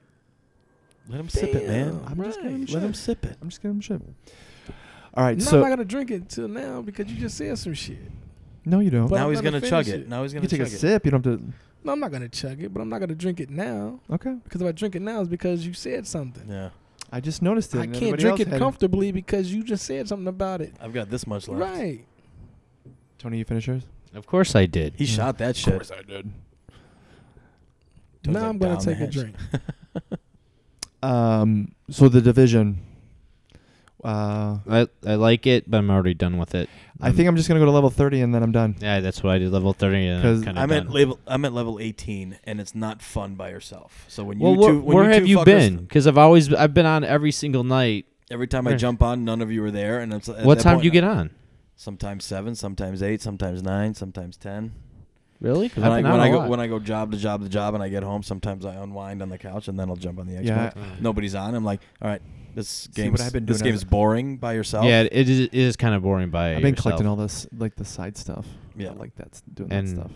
Speaker 4: let him sip it, man.
Speaker 5: Damn, I'm just gonna
Speaker 4: Let him sip it.
Speaker 2: I'm just giving him shit. All right.
Speaker 5: No,
Speaker 2: so
Speaker 5: I'm not gonna drink it until now because you just said some shit.
Speaker 2: no, you don't.
Speaker 5: But
Speaker 4: now
Speaker 5: I'm
Speaker 4: he's
Speaker 5: gonna
Speaker 4: gonna chug it.
Speaker 5: finish it.
Speaker 4: Now he's
Speaker 2: You
Speaker 4: gonna
Speaker 2: can take a
Speaker 4: chug it.
Speaker 2: sip. You don't have to.
Speaker 5: No, I'm not gonna chug it, but I'm not gonna drink it now
Speaker 2: Okay.
Speaker 5: because if I drink it now, it's because you said something.
Speaker 4: Yeah,
Speaker 2: I just noticed it.
Speaker 5: I
Speaker 2: and
Speaker 5: can't
Speaker 2: everybody
Speaker 5: drink
Speaker 2: else
Speaker 5: it
Speaker 2: had
Speaker 5: comfortably because you just said something about it.
Speaker 4: I've got this much left.
Speaker 5: Right.
Speaker 2: Tony, you finish yours.
Speaker 3: Of course I did.
Speaker 4: He
Speaker 2: Yeah.
Speaker 4: shot that shit.
Speaker 2: I did.
Speaker 4: Turns
Speaker 5: now
Speaker 4: like
Speaker 5: I'm gonna
Speaker 4: down the
Speaker 5: take a
Speaker 4: hatch.
Speaker 5: drink.
Speaker 4: <laughs>
Speaker 2: Um. So the division. Uh,
Speaker 3: I, I like it, but I'm already done with it.
Speaker 2: I think I'm just gonna go to level thirty and then I'm done.
Speaker 3: Yeah, that's what I did. Level thirty. And
Speaker 2: 'Cause
Speaker 3: I'm, kinda
Speaker 4: I'm at
Speaker 3: done.
Speaker 4: level. I'm at level 18, and it's not fun by yourself. So when
Speaker 3: Well,
Speaker 4: you
Speaker 3: where,
Speaker 4: two, when
Speaker 3: where
Speaker 4: you
Speaker 3: have
Speaker 4: two
Speaker 3: you
Speaker 4: fuckers-
Speaker 3: been? Because I've always I've been on every single night.
Speaker 4: Every time I
Speaker 3: Right.
Speaker 4: jump on, none of you are there. And it's, at
Speaker 3: what
Speaker 4: that
Speaker 3: time
Speaker 4: point,
Speaker 3: do you get on?
Speaker 4: Sometimes seven, sometimes eight, sometimes nine, sometimes ten.
Speaker 3: Really? 'Cause I've
Speaker 4: When I,
Speaker 3: been on
Speaker 4: when I
Speaker 3: a
Speaker 4: go
Speaker 3: lot.
Speaker 4: when I go job to job to job, and I get home, sometimes I unwind on the couch, and then I'll jump on the Xbox.
Speaker 2: Yeah,
Speaker 3: Uh,
Speaker 4: Nobody's on. I'm like, all right, this
Speaker 2: See
Speaker 4: game.
Speaker 2: what I've been
Speaker 4: This
Speaker 2: doing.
Speaker 4: game is boring by yourself.
Speaker 3: yeah, it is, it is kind of boring by
Speaker 2: I've been
Speaker 3: yourself.
Speaker 2: collecting all this like the side stuff.
Speaker 4: Yeah.
Speaker 2: I like that's doing
Speaker 3: And-
Speaker 2: that stuff.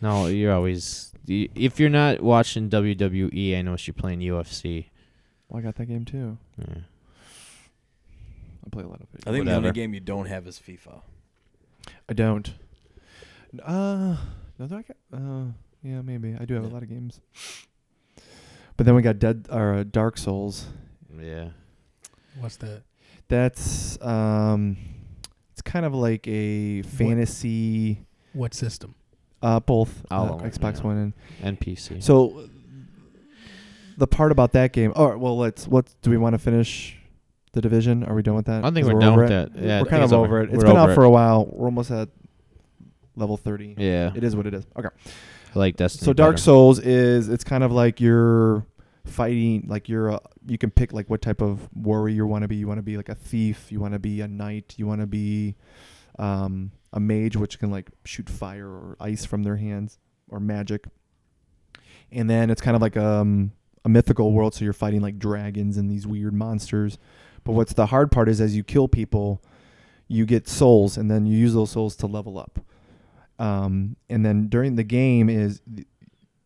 Speaker 3: No, you're always y- if you're not watching WWE, I know you're playing UFC.
Speaker 2: Well, I got that game too.
Speaker 3: Yeah.
Speaker 2: I play a lot of it.
Speaker 4: I think the
Speaker 3: Whatever.
Speaker 4: only game you don't have is FIFA.
Speaker 2: I don't. N- Uh, no, do I got, uh, yeah, maybe I do have a
Speaker 4: Yeah.
Speaker 2: lot of games. But then we got Dead or uh, Dark Souls.
Speaker 3: Yeah.
Speaker 5: What's that?
Speaker 2: That's um, it's kind of like a fantasy.
Speaker 5: What system?
Speaker 2: Uh, both
Speaker 3: All
Speaker 2: uh,
Speaker 3: of 'em,
Speaker 2: Xbox
Speaker 3: yeah.
Speaker 2: One and
Speaker 3: NPC.
Speaker 2: so the part about that game. All right, well, let's what do we want to finish? The division? Are we done with that?
Speaker 3: I think
Speaker 2: 'Cause
Speaker 3: we're
Speaker 2: we're
Speaker 3: done
Speaker 2: over
Speaker 3: with
Speaker 2: it.
Speaker 3: that. Yeah, I
Speaker 2: we're
Speaker 3: think
Speaker 2: kind of
Speaker 3: it's
Speaker 2: over, it. It's
Speaker 3: We're
Speaker 2: been
Speaker 3: over
Speaker 2: out for a while. We're almost at level thirty.
Speaker 3: Yeah.
Speaker 2: It is what it is. Okay.
Speaker 3: I like Destiny.
Speaker 2: So Dark
Speaker 3: better.
Speaker 2: Souls is it's kind of like you're fighting like you're a, you can pick like what type of warrior you want to be. You want to be like a thief, you want to be a knight, you want to be um, a mage which can like shoot fire or ice from their hands or magic. And then it's kind of like um, a mythical world so you're fighting like dragons and these weird monsters. But what's the hard part is as you kill people, you get souls and then you use those souls to level up um, and then during the game is th-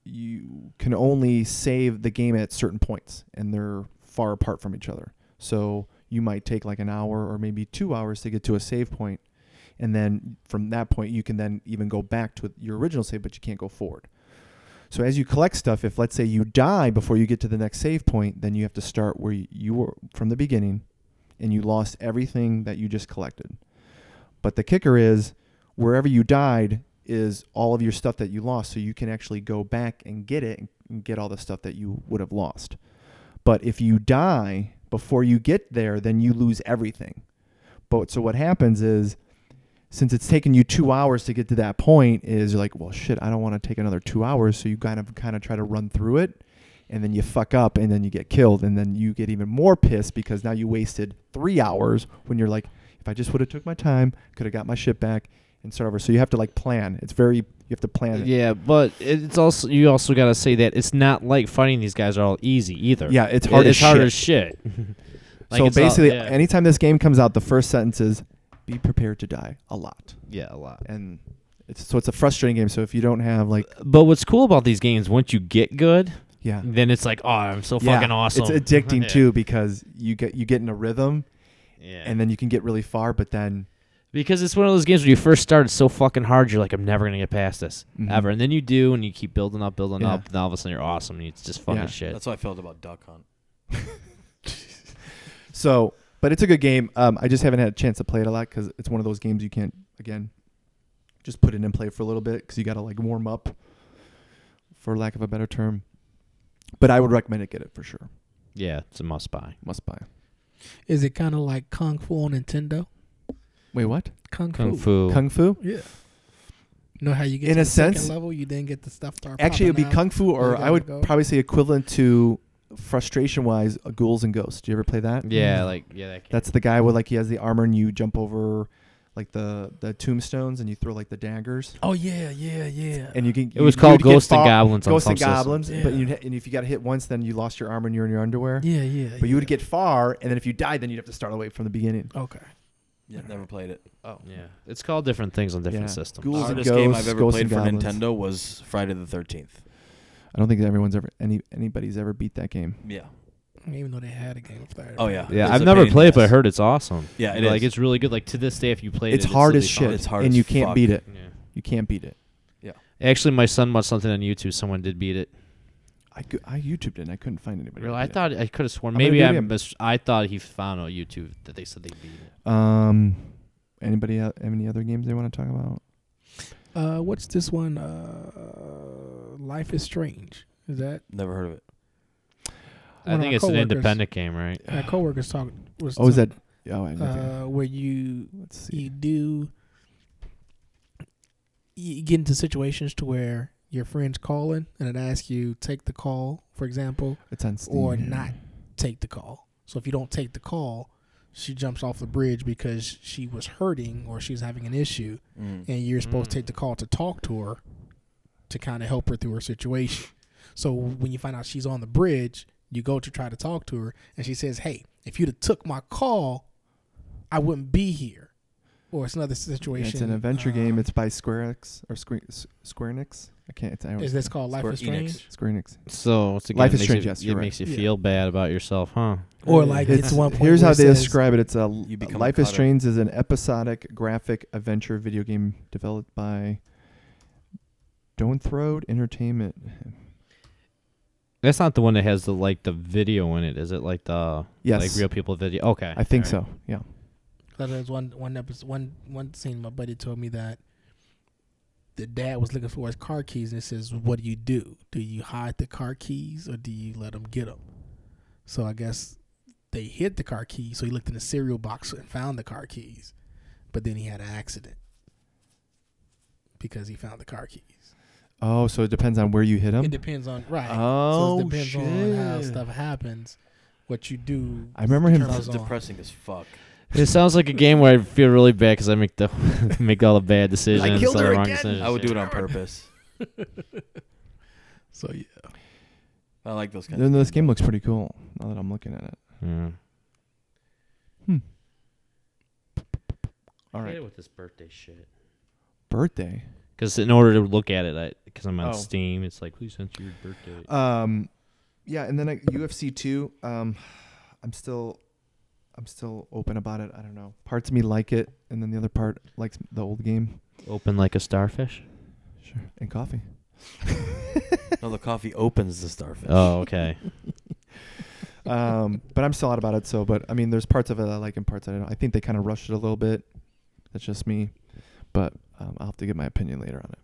Speaker 2: you can only save the game at certain points and they're far apart from each other so you might take like an hour or maybe two hours to get to a save point and then from that point you can then even go back to your original save but you can't go forward so as you collect stuff if let's say you die before you get to the next save point then you have to start where y- you were from the beginning and you lost everything that you just collected but the kicker is wherever you died is all of your stuff that you lost so you can actually go back and get it and get all the stuff that you would have lost but if you die before you get there then you lose everything but so what happens is since it's taken you two hours to get to that point is you're like well shit i don't want to take another two hours so you kind of kind of try to run through it and then you fuck up and then you get killed and then you get even more pissed because now you wasted three hours when you're like if i just would have took my time could have got my shit back and start over so you have to like plan it's very you have to plan it.
Speaker 3: Yeah, but it's also you also got to say that it's not like fighting these guys are all easy either.
Speaker 2: Yeah, it's hard
Speaker 3: It's
Speaker 2: as
Speaker 3: hard
Speaker 2: shit.
Speaker 3: as <laughs> shit. Like,
Speaker 2: so
Speaker 3: it's all-
Speaker 2: basically
Speaker 3: yeah.
Speaker 2: anytime this game comes out the first sentence is be prepared to die a lot
Speaker 3: yeah, a lot.
Speaker 2: and it's so it's a frustrating game so if you don't have like
Speaker 3: But what's cool about these games, once you get good,
Speaker 2: yeah
Speaker 3: then it's like, oh, I'm so
Speaker 2: Yeah,
Speaker 3: fucking awesome.
Speaker 2: It's addicting
Speaker 3: <laughs> Yeah.
Speaker 2: too because you get you get in a rhythm
Speaker 3: Yeah.
Speaker 2: and then you can get really far, but then
Speaker 3: Because it's one of those games where you first start, it's so fucking hard. You're like, I'm never gonna get past this
Speaker 2: Mhm.
Speaker 3: ever. And then you do, and you keep building up, building
Speaker 2: Yeah.
Speaker 3: up. And all of a sudden, you're awesome. And it's just fucking
Speaker 2: Yeah.
Speaker 3: shit.
Speaker 4: That's how I felt about Duck Hunt.
Speaker 2: so. But it's a good game. Um, I just haven't had a chance to play it a lot because it's one of those games you can't again just put it in play for a little bit because you got to like warm up, for lack of a better term. But I would recommend it. Get it for sure.
Speaker 3: yeah, it's a must buy.
Speaker 2: Must buy.
Speaker 5: Is it kind of like Kung Fu on Nintendo?
Speaker 2: Wait, what?
Speaker 5: Kung,
Speaker 3: Kung
Speaker 5: Fu.
Speaker 3: Fu.
Speaker 2: Kung Fu?
Speaker 5: Yeah. You know how you get
Speaker 2: In
Speaker 5: to
Speaker 2: a
Speaker 5: the second
Speaker 2: sense-
Speaker 5: level, you then get the stuff start.
Speaker 2: Actually, it'd
Speaker 5: popping
Speaker 2: be
Speaker 5: out.
Speaker 2: Kung Fu, or
Speaker 5: you
Speaker 2: I
Speaker 5: gotta
Speaker 2: would
Speaker 5: go.
Speaker 2: probably say equivalent to frustration-wise, uh, Ghouls and Ghosts. Do you ever play that?
Speaker 3: yeah, like yeah, that. Game.
Speaker 2: That's the guy with like he has the armor and you jump over like the the tombstones and you throw like the daggers
Speaker 5: Oh yeah, yeah, yeah.
Speaker 2: and you can.
Speaker 3: It was called Ghost and
Speaker 2: Goblins.
Speaker 3: Goblins.
Speaker 2: Ghost
Speaker 3: on
Speaker 2: and
Speaker 3: some system.
Speaker 2: Goblins,
Speaker 5: system.
Speaker 2: but
Speaker 5: Yeah.
Speaker 2: you and if you got hit once, then you lost your armor and you're in your underwear.
Speaker 5: yeah, yeah.
Speaker 2: But you would get far, and then if you died, then you'd have to start away from the beginning.
Speaker 5: Okay.
Speaker 4: Yeah, never played it.
Speaker 2: Oh,
Speaker 3: Yeah, it's called different things on different
Speaker 2: Yeah.
Speaker 3: systems.
Speaker 2: Ghouls
Speaker 4: The
Speaker 2: and
Speaker 4: hardest game
Speaker 2: Ghosts,
Speaker 4: I've ever
Speaker 2: Ghosts
Speaker 4: played
Speaker 2: and
Speaker 4: for
Speaker 2: Goblins.
Speaker 4: Nintendo was Friday the Thirteenth.
Speaker 2: I don't think that everyone's ever any anybody's ever beat that game.
Speaker 4: Yeah.
Speaker 5: I didn't even know they had a game of that.
Speaker 4: Oh yeah.
Speaker 3: Yeah,
Speaker 4: It's
Speaker 3: I've
Speaker 4: a
Speaker 3: never
Speaker 4: pain in the
Speaker 3: played, but I
Speaker 4: ass.
Speaker 3: heard it's awesome.
Speaker 4: Yeah, it
Speaker 3: like
Speaker 4: is.
Speaker 3: it's really good. Like to this day, if you play it,
Speaker 2: it's hard
Speaker 3: still
Speaker 2: as
Speaker 3: be
Speaker 2: shit,
Speaker 3: fun.
Speaker 4: It's hard
Speaker 2: and
Speaker 4: as
Speaker 2: you can't
Speaker 4: fuck.
Speaker 2: beat it.
Speaker 3: Yeah.
Speaker 2: You can't beat it.
Speaker 3: Actually, my son watched something on YouTube. Someone did beat it.
Speaker 2: I, cou- I YouTubed it, and I couldn't find anybody.
Speaker 3: Really,
Speaker 2: who
Speaker 3: I
Speaker 2: beat it.
Speaker 3: thought I could have sworn.
Speaker 2: I'm gonna
Speaker 3: Maybe
Speaker 2: do
Speaker 3: I
Speaker 2: it again.
Speaker 3: mis- I thought he found on YouTube that they said they beat it.
Speaker 2: Um, anybody uh, have any other games they want to talk about?
Speaker 5: Uh, what's this one? Uh, Life is Strange. Is that
Speaker 4: Never heard of it.
Speaker 3: I
Speaker 5: One of
Speaker 3: think
Speaker 5: our
Speaker 3: it's an
Speaker 5: coworkers-
Speaker 3: independent game, right?
Speaker 5: my
Speaker 2: <gasps>
Speaker 5: coworkers talk was?
Speaker 2: Oh, is that?
Speaker 5: talking-
Speaker 2: Oh, I know that.
Speaker 5: uh, e where you
Speaker 2: Let's
Speaker 5: you
Speaker 2: see.
Speaker 5: do you get into situations to where your friend's calling and it asks you take the call, for example,
Speaker 2: It's on Steam.
Speaker 5: or
Speaker 2: yeah.
Speaker 5: not take the call. So if you don't take the call, she jumps off the bridge because she was hurting or she's having an issue,
Speaker 4: Mm.
Speaker 5: and you're supposed to
Speaker 3: Mm.
Speaker 5: take the call to talk to her to kind of help her through her situation. So when you find out she's on the bridge, you go to try to talk to her, and she says, "Hey, if you'd have took my call, I wouldn't be here." Or it's another
Speaker 2: Yeah,
Speaker 5: situation.
Speaker 2: it's an adventure game.
Speaker 5: um,
Speaker 2: It's by Square Enix or Square, Square Enix. I can't. It's, I always
Speaker 5: is this called Life
Speaker 4: Square
Speaker 5: is
Speaker 4: Enix.
Speaker 5: Strange?
Speaker 2: Square Enix.
Speaker 3: So it's a
Speaker 2: Life
Speaker 3: game
Speaker 2: is
Speaker 3: that
Speaker 2: Strange,
Speaker 3: Makes
Speaker 2: yes,
Speaker 3: you,
Speaker 2: you're
Speaker 3: it
Speaker 2: right.
Speaker 3: makes you
Speaker 5: Yeah.
Speaker 3: feel bad about yourself, huh?
Speaker 5: Or like it's, one point.
Speaker 2: here's
Speaker 5: where
Speaker 2: how
Speaker 5: it
Speaker 2: they
Speaker 5: says,
Speaker 2: describe it. It's a
Speaker 4: You become
Speaker 2: Life is
Speaker 4: caught up.
Speaker 2: Strange is an episodic graphic adventure video game developed by Donethrode Entertainment.
Speaker 3: That's not the one that has the like the video in it, is it? Like the
Speaker 2: Yes,
Speaker 3: like real people video. Okay,
Speaker 2: I think
Speaker 3: alright.
Speaker 2: so. Yeah.
Speaker 5: Because there's one one episode, one one scene. My buddy told me that the dad was looking for his car keys, and it says, "What do you do? Do you hide the car keys, or do you let them get them?" So I guess they hid the car keys. So he looked in the cereal box and found the car keys, but then he had an accident because he found the car keys.
Speaker 2: Oh, so it depends on where you hit
Speaker 6: It
Speaker 2: him.
Speaker 6: depends on right.
Speaker 2: Um, Oh,
Speaker 6: so it depends on how
Speaker 2: shit.
Speaker 6: stuff happens, what you do.
Speaker 2: I remember him-
Speaker 6: determines
Speaker 4: That's
Speaker 6: on-
Speaker 4: depressing as fuck.
Speaker 3: It sounds like a game where I feel really bad because I make the <laughs> make all the bad decisions,
Speaker 2: killed
Speaker 3: all the
Speaker 2: her
Speaker 3: wrong
Speaker 2: again.
Speaker 3: decisions.
Speaker 4: I would do
Speaker 3: yeah.
Speaker 4: it on purpose.
Speaker 5: So yeah,
Speaker 4: I like those kinds.
Speaker 2: No,
Speaker 4: of
Speaker 2: no, this
Speaker 4: games.
Speaker 2: game looks pretty cool. Now that I'm looking at it.
Speaker 3: Mm.
Speaker 2: All right.
Speaker 3: with this birthday shit.
Speaker 2: Birthday.
Speaker 3: Because in order to look at it, because I'm on
Speaker 2: Oh.
Speaker 3: Steam, it's like, who sent you your birthday?
Speaker 2: Um, yeah, and then I, UFC two. Um, I'm still, I'm still open about it. I don't know. Parts of me like it, and then the other part likes the old game.
Speaker 3: Open like a starfish.
Speaker 2: Sure. And coffee. <laughs>
Speaker 4: No, the coffee opens the starfish.
Speaker 3: Oh,
Speaker 2: <laughs>
Speaker 3: okay.
Speaker 2: um, but I'm still out about it. So, but I mean, there's parts of it I like and parts that I don't. I think they kind of rushed it a little bit. That's just me, but um, I'll have to get my opinion later on it.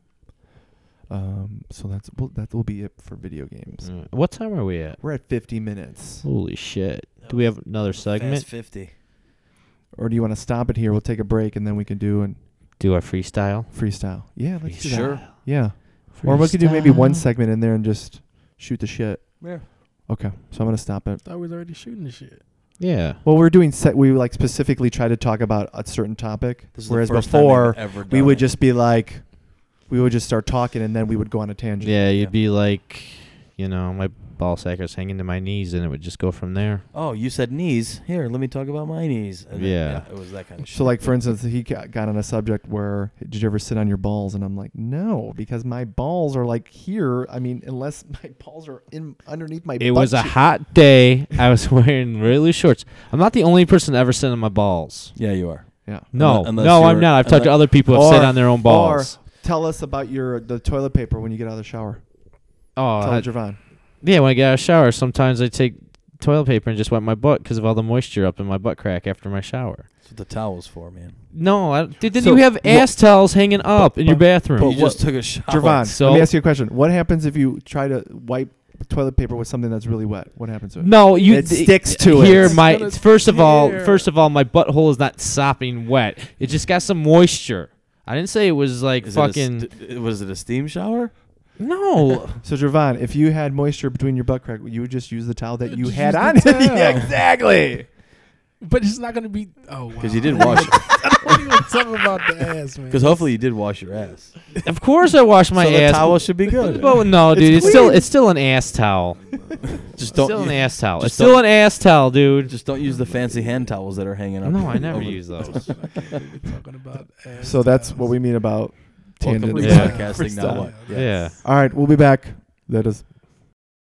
Speaker 2: Um, so that's well, that will be it for video games.
Speaker 3: Mm. what time are we at?
Speaker 2: We're at 50 minutes.
Speaker 3: Holy shit! Do we have another segment?
Speaker 4: Fast fifty.
Speaker 2: Or do you want to stop it here? We'll take a break and then we can do an
Speaker 3: Do our freestyle.
Speaker 2: freestyle. Yeah, let's do that.
Speaker 4: Sure.
Speaker 2: Yeah. Or we could do maybe
Speaker 3: Freestyle.
Speaker 2: one segment in there and just shoot the shit.
Speaker 4: Yeah.
Speaker 2: Okay, so I'm gonna stop it.
Speaker 5: thought we was already shooting the shit.
Speaker 3: Yeah.
Speaker 2: Well, we're doing set. We like specifically try to talk about a certain topic,
Speaker 4: This is the
Speaker 2: whereas
Speaker 4: first time
Speaker 2: before
Speaker 4: I've ever
Speaker 2: we
Speaker 4: done
Speaker 2: would
Speaker 4: it.
Speaker 2: just be like, we would just start talking and then we would go on a tangent.
Speaker 3: Yeah, you'd
Speaker 4: Yeah.
Speaker 3: be like, you know, my ball sack is hanging to my knees, and it would just go from there.
Speaker 4: Oh, you said knees. Here, let me talk about my knees. And then,
Speaker 3: Yeah.
Speaker 4: It was that kind of shit.
Speaker 2: So, like for instance, he ca- got on a subject where did you ever sit on your balls? And I'm like, no, because my balls are like here. I mean, unless <laughs> my balls are in underneath my.
Speaker 3: It
Speaker 2: butt
Speaker 3: was a
Speaker 2: cheek.
Speaker 3: hot day. <laughs> I was wearing really loose shorts. I'm not the only person to ever sit on my balls.
Speaker 4: yeah, you are.
Speaker 2: Yeah.
Speaker 3: No,
Speaker 4: Unle- unless
Speaker 3: no, I'm
Speaker 4: you're-
Speaker 3: not. I've talked to
Speaker 4: unle-
Speaker 3: other people who have sat on their own balls.
Speaker 2: Or tell us about your the toilet paper when you get out of the shower.
Speaker 3: oh,
Speaker 2: tell
Speaker 3: I-
Speaker 2: Javon.
Speaker 3: yeah. When I get out of the shower, sometimes I take toilet paper and just wipe my butt because of all the moisture up in my butt crack after my shower.
Speaker 4: That's what the towel's for, man.
Speaker 3: No, I, dude, then
Speaker 2: So,
Speaker 3: you have
Speaker 2: wha-
Speaker 3: ass towels hanging up in your bathroom.
Speaker 4: you just took a shower.
Speaker 2: Javon,
Speaker 3: so-
Speaker 2: let me ask you a question. What happens if you try to wipe toilet paper with something that's really wet? What happens to it?
Speaker 3: No, you
Speaker 2: It sticks to it.
Speaker 3: here.
Speaker 2: It's
Speaker 3: My
Speaker 5: gonna
Speaker 3: first of all,
Speaker 5: tear.
Speaker 3: first of all, my butthole is not sopping wet. It just got some moisture. I didn't say it was like
Speaker 4: Is it a
Speaker 3: fucking.
Speaker 4: st- was it a steam shower?
Speaker 3: no,
Speaker 2: So Javon, if you had moisture between your butt crack, you would just use the towel that you
Speaker 5: Just
Speaker 2: had on. <laughs>
Speaker 5: use the towel.
Speaker 2: Yeah, exactly.
Speaker 5: But it's not gonna be. Oh wow.
Speaker 4: Because you
Speaker 5: <laughs>
Speaker 4: did wash.
Speaker 5: What even talk about
Speaker 4: <laughs>
Speaker 5: the ass, man?
Speaker 4: Because hopefully you did wash your ass.
Speaker 3: <laughs> of course I wash my
Speaker 4: so the
Speaker 3: ass.
Speaker 4: towel should be good.
Speaker 3: but no, dude, it's, still it's still an ass towel.
Speaker 2: <laughs>
Speaker 4: just
Speaker 3: It's <laughs>
Speaker 4: don't.
Speaker 3: still an ass towel.
Speaker 4: just
Speaker 3: It's still
Speaker 4: don't-
Speaker 3: an ass towel, dude.
Speaker 4: Just don't use the fancy hand towels that are hanging up.
Speaker 3: No, I never
Speaker 4: over-
Speaker 3: use those.
Speaker 5: <laughs> I can't believe we're talking about ass
Speaker 2: So that's
Speaker 5: ass.
Speaker 2: what we mean about
Speaker 4: Welcome
Speaker 2: tangents.
Speaker 4: to
Speaker 3: Yeah.
Speaker 4: podcasting. Now what?
Speaker 3: Yeah.
Speaker 2: All right, we'll be back. Let us